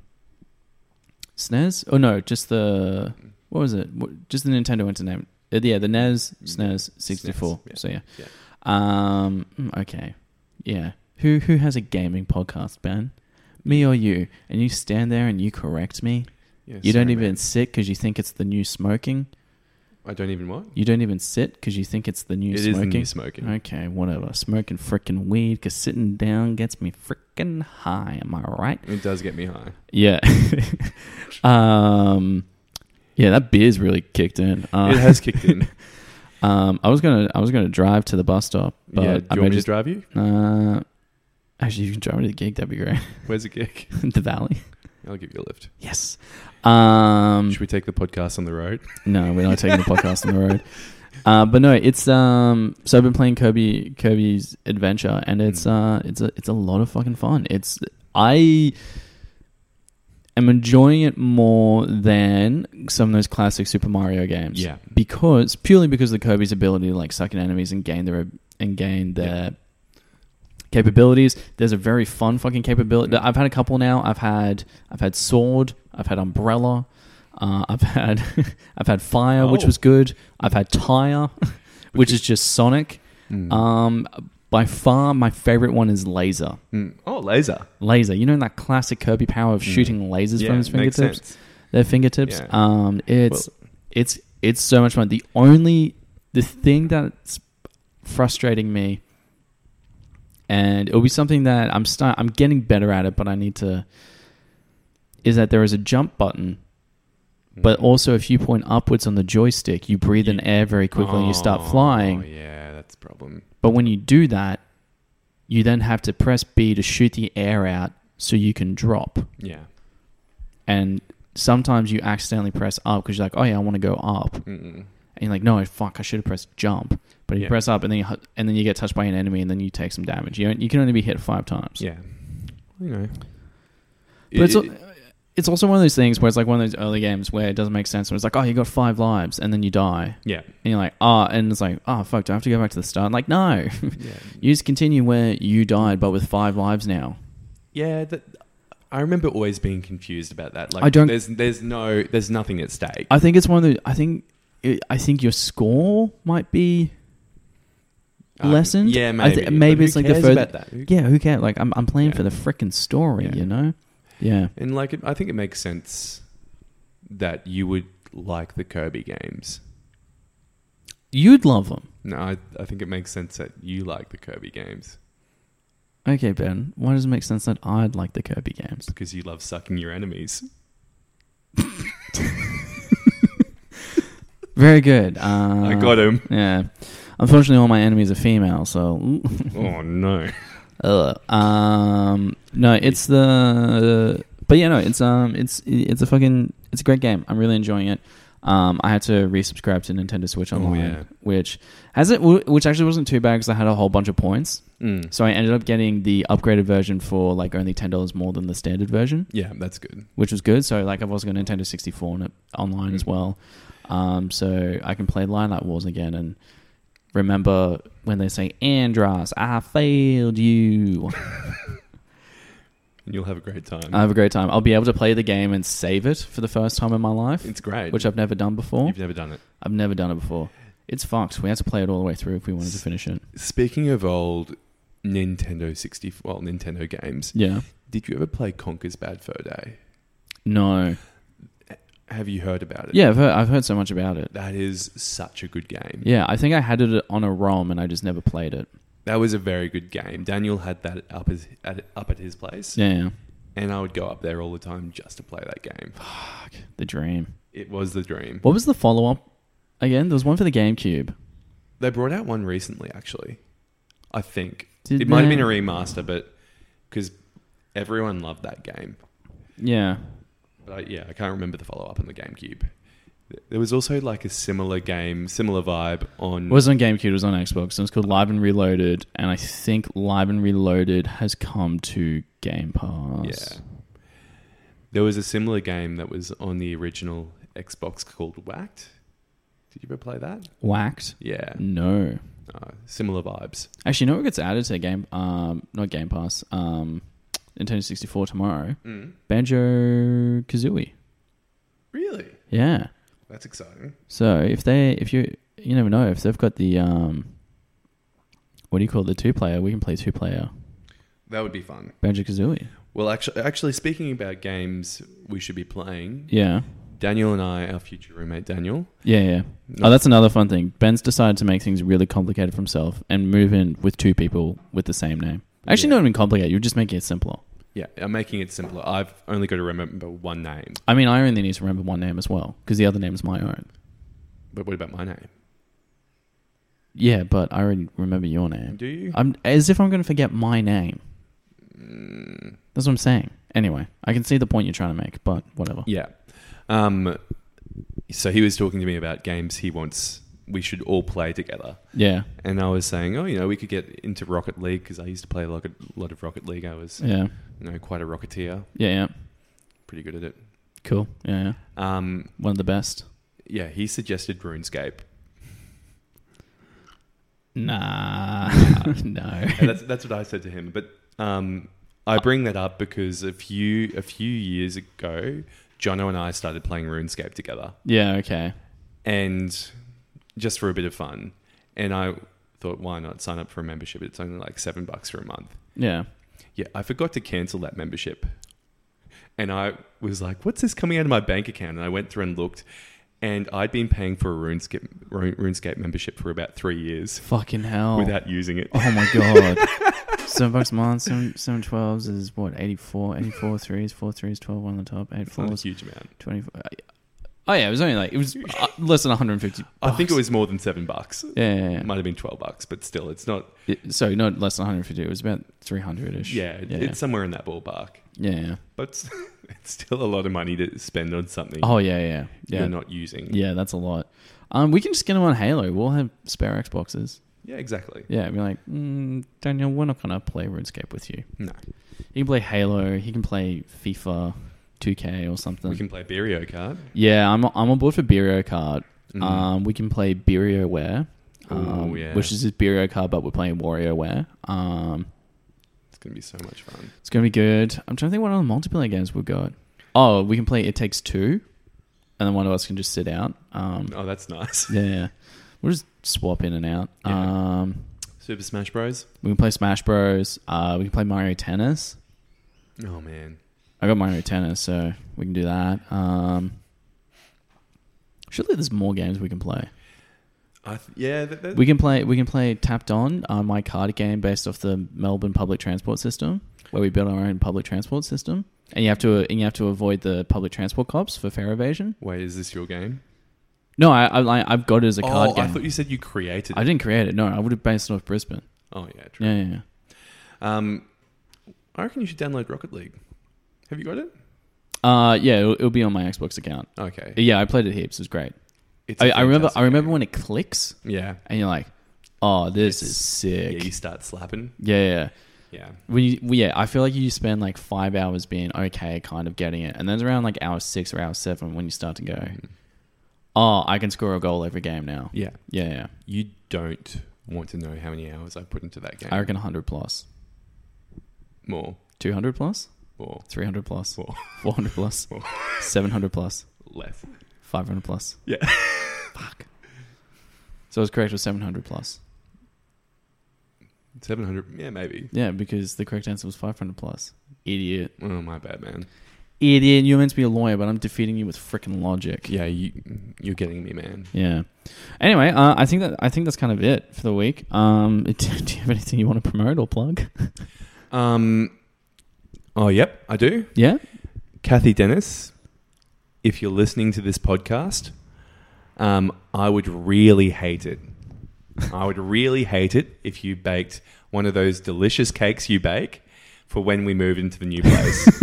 Speaker 2: SNES? Oh no, just the what was it? What- Just the Nintendo Internet. Uh, yeah, the NES, SNES,
Speaker 3: Mm.
Speaker 2: sixty four.
Speaker 3: SNES,
Speaker 2: E So yeah.
Speaker 3: E yeah.
Speaker 2: Um. mm, Okay. Yeah. Who who has a gaming podcast, Ben? Me or you? And you stand there and you correct me.
Speaker 3: Yeah,
Speaker 2: you don't
Speaker 3: sorry,
Speaker 2: even
Speaker 3: mate.
Speaker 2: sit because you think it's the new smoking.
Speaker 3: I don't even what.
Speaker 2: You don't even sit because you think it's the new
Speaker 3: It is
Speaker 2: smoking.
Speaker 3: new smoking.
Speaker 2: Okay, whatever. Smoking frickin' weed because sitting down gets me frickin' high. Am I right?
Speaker 3: It does get me high.
Speaker 2: Yeah. um, yeah, that beer's really kicked in. Uh,
Speaker 3: it has kicked in.
Speaker 2: Um, I was gonna, I was gonna drive to the bus stop, but
Speaker 3: yeah, do
Speaker 2: I may
Speaker 3: you want me to
Speaker 2: just.
Speaker 3: drive you?
Speaker 2: Uh, actually, you can drive me to the gig. That'd be great.
Speaker 3: Where's the gig?
Speaker 2: the valley.
Speaker 3: I'll give you a lift.
Speaker 2: Yes. Um,
Speaker 3: Should we take the podcast on the road?
Speaker 2: No, we're not taking the podcast on the road. Uh, but no, it's um. So I've been playing Kirby Kirby's Adventure, and it's uh, it's a it's a lot of fucking fun. It's I am enjoying it more than some of those classic Super Mario games.
Speaker 3: Yeah.
Speaker 2: because purely because of the Kirby's ability to like suck in enemies and gain their and gain their capabilities. There's a very fun fucking capability.
Speaker 3: Mm.
Speaker 2: I've had a couple now. I've had I've had sword. I've had umbrella. Uh, I've had I've had fire, which
Speaker 3: Oh.
Speaker 2: was good. I've had tire, which is just Sonic.
Speaker 3: Mm.
Speaker 2: Um, by far, my favorite one is laser.
Speaker 3: Mm. Oh, laser.
Speaker 2: Laser, you know that classic Kirby power of shooting lasers from his
Speaker 3: Mm. makes
Speaker 2: fingertips
Speaker 3: sense.
Speaker 2: their fingertips.
Speaker 3: Yeah.
Speaker 2: Um, it's it's it's so much fun. The only the thing that's frustrating me, and it'll be something that I'm start I'm getting better at it, but I need to. Is that there is a jump button, but
Speaker 3: Hmm.
Speaker 2: also if you point upwards on the joystick, you breathe in air very quickly and you start flying.
Speaker 3: Oh, yeah, that's a problem.
Speaker 2: But when you do that, you then have to press B to shoot the air out so you can drop
Speaker 3: Yeah.
Speaker 2: and sometimes you accidentally press up because you're like, oh yeah, I want to go up, and
Speaker 3: Mm-mm.
Speaker 2: you're like, no, fuck, I should have pressed jump, but you
Speaker 3: Yeah.
Speaker 2: press up and then you, hu- and then you get touched by an enemy and then you take some damage. You don't- you can only be hit five times.
Speaker 3: Yeah. You know.
Speaker 2: but it's,
Speaker 3: It-
Speaker 2: al- it's also one of those things where it's like one of those early games where it doesn't make sense. Where it's like, oh, you got five lives and then you die,
Speaker 3: yeah.
Speaker 2: and you're like, ah, and it's like, oh fuck, do I have to go back to the start? Like, no,
Speaker 3: Yeah.
Speaker 2: you just continue where you died, but with five lives now.
Speaker 3: Yeah, that, I remember always being confused about that. Like
Speaker 2: I don't-
Speaker 3: there's there's no there's nothing at stake.
Speaker 2: I think it's one of the. I think it, I think your score might be
Speaker 3: Um,
Speaker 2: lessened.
Speaker 3: Yeah,
Speaker 2: I
Speaker 3: maybe.
Speaker 2: thi-
Speaker 3: But
Speaker 2: maybe
Speaker 3: who
Speaker 2: it's like the
Speaker 3: cares
Speaker 2: further.
Speaker 3: about that? Who-
Speaker 2: Yeah, who cares? Like I'm, I'm playing
Speaker 3: Yeah.
Speaker 2: for the frickin' story,
Speaker 3: Yeah.
Speaker 2: you know? Yeah.
Speaker 3: And like, it, I think it makes sense that you would like the Kirby games.
Speaker 2: You'd love them.
Speaker 3: No, I, I think it makes sense that you like the Kirby games
Speaker 2: Okay, Ben. Why does it make sense that I'd like the Kirby games?
Speaker 3: because you love sucking your enemies.
Speaker 2: Very good. Uh,
Speaker 3: I got him.
Speaker 2: Yeah. Unfortunately, all my enemies are female, so.
Speaker 3: Oh no.
Speaker 2: Ugh. Um. No, it's the. But yeah, no, it's um, it's it's a fucking it's a great game. I'm really enjoying it. Um, I had to resubscribe to Nintendo Switch
Speaker 3: Oh,
Speaker 2: Online,
Speaker 3: yeah.
Speaker 2: which has it, which actually wasn't too bad because I had a whole bunch of points.
Speaker 3: Mm.
Speaker 2: So I ended up getting the upgraded version for like only ten dollars more than the standard version,
Speaker 3: Yeah, that's good.
Speaker 2: which was good. So like I've also got Nintendo sixty four on it online
Speaker 3: Mm.
Speaker 2: as well, um, so I can play Lilac Wars again and remember when they say Andros, I failed you.
Speaker 3: And you'll have a great time.
Speaker 2: I have a great time. I'll be able to play the game and save it for the first time in my life,
Speaker 3: it's great.
Speaker 2: which I've never done before.
Speaker 3: You've never done it.
Speaker 2: I've never done it before. It's fucked. We had to play it all the way through if we wanted to finish it.
Speaker 3: Speaking of old Nintendo 64, well, Nintendo games,
Speaker 2: Yeah.
Speaker 3: did you ever play Conker's Bad Fur Day?
Speaker 2: No.
Speaker 3: Have you heard about it?
Speaker 2: Yeah, I've heard, I've heard so much about it.
Speaker 3: That is such a good game.
Speaker 2: Yeah, I think I had it on a ROM and I just never played it.
Speaker 3: That was a very good game. Daniel had that up as, at, up at his place,
Speaker 2: Yeah, yeah.
Speaker 3: and I would go up there all the time just to play that game.
Speaker 2: Fuck, the dream.
Speaker 3: It was the dream.
Speaker 2: What was the follow up? Again, there was one for the GameCube.
Speaker 3: They brought out one recently, actually. I think
Speaker 2: Did
Speaker 3: it might have
Speaker 2: they?
Speaker 3: been a remaster, but because everyone loved that game.
Speaker 2: Yeah.
Speaker 3: But I, yeah, I can't remember the follow up on the GameCube. There was also like a similar game, similar vibe on.
Speaker 2: It was on GameCube, it was on Xbox, and it's called Live and Reloaded, and I think Live and Reloaded has come to Game Pass.
Speaker 3: Yeah. There was a similar game that was on the original Xbox called Whacked. Did you ever play that?
Speaker 2: Whacked?
Speaker 3: Yeah.
Speaker 2: No.
Speaker 3: Uh, similar vibes.
Speaker 2: Actually, you know what gets added to Game um not Game Pass, um Nintendo sixty four tomorrow?
Speaker 3: Mm.
Speaker 2: Banjo Kazooie.
Speaker 3: Really?
Speaker 2: Yeah.
Speaker 3: That's exciting.
Speaker 2: So if they if you you never know, if they've got the um what do you call it, the two player, we can play two player
Speaker 3: That would be fun.
Speaker 2: Banjo Kazooie.
Speaker 3: Well, actually, actually, speaking about games we should be playing,
Speaker 2: Yeah.
Speaker 3: Daniel and I, our future roommate Daniel,
Speaker 2: Yeah, yeah. Oh, that's another fun thing. Ben's decided to make things really complicated for himself and move in with two people with the same name. Actually,
Speaker 3: Yeah.
Speaker 2: not even complicated. You're just making it simpler.
Speaker 3: yeah, I'm making it simpler. I've only got to remember one name.
Speaker 2: I mean, I only need to remember one name as well because the other name is my own.
Speaker 3: But what about my name?
Speaker 2: Yeah, but I already remember your name.
Speaker 3: Do you?
Speaker 2: I'm as if I'm going to forget my name.
Speaker 3: Mm,
Speaker 2: That's what I'm saying. Anyway, I can see the point you're trying to make, but whatever.
Speaker 3: yeah. Um, so he was talking to me about games he wants we should all play together.
Speaker 2: Yeah,
Speaker 3: And I was saying, oh, you know, we could get into Rocket League because I used to play a lot of, lot of Rocket League. I was,
Speaker 2: yeah,
Speaker 3: you know, quite a rocketeer,
Speaker 2: yeah, yeah.
Speaker 3: pretty good at it.
Speaker 2: Cool. Yeah, yeah.
Speaker 3: Um,
Speaker 2: One of the best.
Speaker 3: yeah, he suggested RuneScape.
Speaker 2: Nah, no.
Speaker 3: And that's that's what I said to him. But um, I bring that up because a few a few years ago, Jono and I started playing RuneScape together,
Speaker 2: Yeah. Okay.
Speaker 3: and just for a bit of fun. And I thought, why not sign up for a membership? It's only like seven bucks for a month.
Speaker 2: Yeah.
Speaker 3: Yeah, I forgot to cancel that membership. And I was like, what's this coming out of my bank account? And I went through and looked, and I'd been paying for a RuneScape, Ru- RuneScape membership for about three years
Speaker 2: Fucking hell.
Speaker 3: without using it.
Speaker 2: Oh my god. seven bucks a month, seven, seven 12s is what, 84? 84 threes, four threes, 12 on the top, eight
Speaker 3: It's not a
Speaker 2: fours,
Speaker 3: huge amount.
Speaker 2: 24. Oh yeah, it was only like, it was uh, less than 150
Speaker 3: I think it
Speaker 2: bucks.
Speaker 3: was more than seven bucks.
Speaker 2: Yeah, yeah, yeah.
Speaker 3: It might have been 12 bucks, but still, it's not.
Speaker 2: It- sorry, not less than 150. It was about 300 ish.
Speaker 3: Yeah, it-
Speaker 2: yeah,
Speaker 3: it's somewhere in that ballpark.
Speaker 2: yeah, yeah.
Speaker 3: But it's, it's still a lot of money to spend on something
Speaker 2: Oh yeah, yeah, yeah.
Speaker 3: you're not using.
Speaker 2: yeah, that's a lot. Um, we can just get them on Halo. We'll have spare Xboxes.
Speaker 3: Yeah, exactly.
Speaker 2: Yeah, be like, mm, Daniel, we're not gonna play RuneScape with you.
Speaker 3: No.
Speaker 2: He can play Halo. He can play FIFA, 2K or something.
Speaker 3: We can play Berio card.
Speaker 2: Yeah, I'm I'm on board for Birio card.
Speaker 3: Mhm.
Speaker 2: Um, we can play BerioWare, um,
Speaker 3: Ooh, yeah.
Speaker 2: which is just Birio card, but we're playing WarioWare. Um,
Speaker 3: It's going to be so much fun.
Speaker 2: it's gonna be good. I'm trying to think what other multiplayer games we've got. Oh, we can play It Takes Two, and then one of us can just sit out. Um,
Speaker 3: Oh, that's nice.
Speaker 2: yeah, yeah, we'll just swap in and out.
Speaker 3: Yeah.
Speaker 2: Um,
Speaker 3: Super Smash Bros.
Speaker 2: we can play Smash Bros. Uh, we can play Mario Tennis.
Speaker 3: Oh, man.
Speaker 2: I got Mario Tennis, so we can do that. Um, surely there's more games we can play.
Speaker 3: I th- yeah, that, that,
Speaker 2: We can play. We can play Tapped On, uh, my card game based off the Melbourne public transport system, where we build our own public transport system, and you have to and you have to avoid the public transport cops for fare evasion.
Speaker 3: wait, is this your game?
Speaker 2: No, I, I like, I've got it as a card
Speaker 3: oh,
Speaker 2: game.
Speaker 3: I thought you said you created
Speaker 2: I
Speaker 3: it.
Speaker 2: didn't create it. No, I would have based it off Brisbane.
Speaker 3: Oh, yeah, true.
Speaker 2: Yeah, yeah, yeah.
Speaker 3: Um, I reckon you should download Rocket League. Have you got it?
Speaker 2: Uh, yeah, it'll, it'll be on my Xbox account.
Speaker 3: Okay.
Speaker 2: Yeah, I played it heaps. It was great.
Speaker 3: It's a
Speaker 2: I, I remember. I
Speaker 3: fantastic
Speaker 2: remember
Speaker 3: game.
Speaker 2: when it clicks,
Speaker 3: Yeah.
Speaker 2: and you're like, "Oh, this
Speaker 3: It's-
Speaker 2: is
Speaker 3: Yeah,
Speaker 2: sick."
Speaker 3: you start slapping.
Speaker 2: yeah, yeah.
Speaker 3: Yeah.
Speaker 2: When you, well, yeah, I feel like you spend like five hours being okay, kind of getting it, and then it's around like hour six or hour seven when you start to go, oh, I can score a goal every game now.
Speaker 3: Mm. Yeah.
Speaker 2: Yeah, yeah.
Speaker 3: You don't want to know how many hours I put into that game.
Speaker 2: I reckon 100 plus,
Speaker 3: more,
Speaker 2: 200 plus,
Speaker 3: more,
Speaker 2: 300 plus,
Speaker 3: More.
Speaker 2: 400 plus,
Speaker 3: More.
Speaker 2: 700 plus,
Speaker 3: less.
Speaker 2: 500 plus.
Speaker 3: Yeah.
Speaker 2: Fuck. So I was correct with 700 plus.
Speaker 3: Seven hundred. Yeah, maybe.
Speaker 2: Yeah, because the correct answer was 500 plus. Idiot.
Speaker 3: Oh my bad, man.
Speaker 2: idiot. You're meant to be a lawyer, but I'm defeating you with freaking logic.
Speaker 3: Yeah, you, you're getting me, man.
Speaker 2: Yeah. Anyway, uh, I think that I think that's kind of it for the week. Um, do, do you have anything you want to promote or plug?
Speaker 3: Um, oh, yep, I do.
Speaker 2: Yeah.
Speaker 3: Kathy Dennis, if you're listening to this podcast, um, I would really hate it. I would really hate it if you baked one of those delicious cakes you bake for when we move into the new place.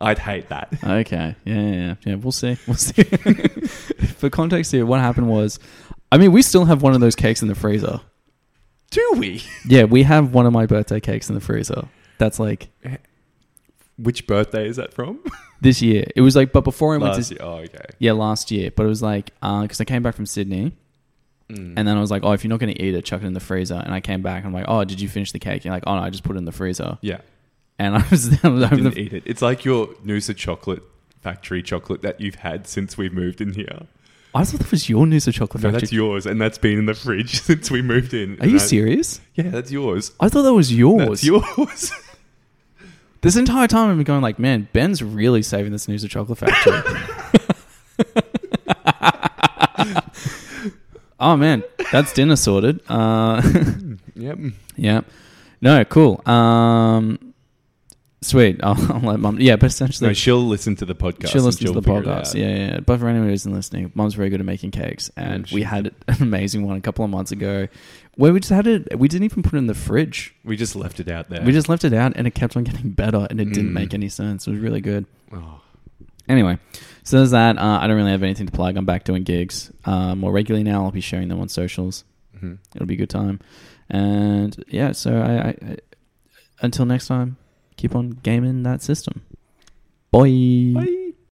Speaker 3: I'd hate that.
Speaker 2: Okay. Yeah, yeah, yeah. Yeah, we'll see. We'll see. for context here, what happened was, I mean, we still have one of those cakes in the freezer.
Speaker 3: Do we?
Speaker 2: Yeah, we have one of my birthday cakes in the freezer. That's like
Speaker 3: Which birthday is that from?
Speaker 2: this year. It was like, but before I went
Speaker 3: Last
Speaker 2: to
Speaker 3: year. Oh, okay.
Speaker 2: yeah last year, but it was like because I came back from Sydney,
Speaker 3: Mm.
Speaker 2: and then I was like, oh, if you're not going to eat it, chuck it in the freezer. And I came back, and I'm like, oh, did you finish the cake? And you're like, oh no, I just put it in the freezer.
Speaker 3: Yeah.
Speaker 2: And I was I was over
Speaker 3: Didn't
Speaker 2: the,
Speaker 3: eat it. It's like your Noosa chocolate factory chocolate that you've had since we've moved in here.
Speaker 2: I thought that was your news of chocolate
Speaker 3: No,
Speaker 2: factory.
Speaker 3: that's yours, and that's been in the fridge since we moved in.
Speaker 2: Are you
Speaker 3: And I-
Speaker 2: serious?
Speaker 3: Yeah, that's yours.
Speaker 2: I thought that was yours.
Speaker 3: That's yours.
Speaker 2: This entire time I've been going like, man, Ben's really saving this news of chocolate factory. oh man, that's dinner sorted. Uh,
Speaker 3: yep.
Speaker 2: Yeah. No, cool. Um, sweet. I'll, I'll let mum. Yeah, but essentially,
Speaker 3: No, she'll listen to the podcast.
Speaker 2: she'll
Speaker 3: and
Speaker 2: listen to the
Speaker 3: figure it
Speaker 2: podcast.
Speaker 3: out.
Speaker 2: Yeah, yeah. yeah. But for anyone who isn't listening, mum's very good at making cakes, and
Speaker 3: Yeah,
Speaker 2: we
Speaker 3: she-
Speaker 2: had an amazing one a couple of months ago, where we just had it. We didn't even put it in the fridge.
Speaker 3: We just left it out there.
Speaker 2: We just left it out, and it kept on getting better, and it didn't
Speaker 3: Mm.
Speaker 2: make any sense. It was really good.
Speaker 3: Oh,
Speaker 2: Anyway, so there's that. Uh, I don't really have anything to plug. I'm back doing gigs uh, more regularly now. I'll be sharing them on socials.
Speaker 3: mhm.
Speaker 2: It'll be a good time. And yeah, so I, I, I until next time, keep on gaming that system. Bye.
Speaker 3: Bye.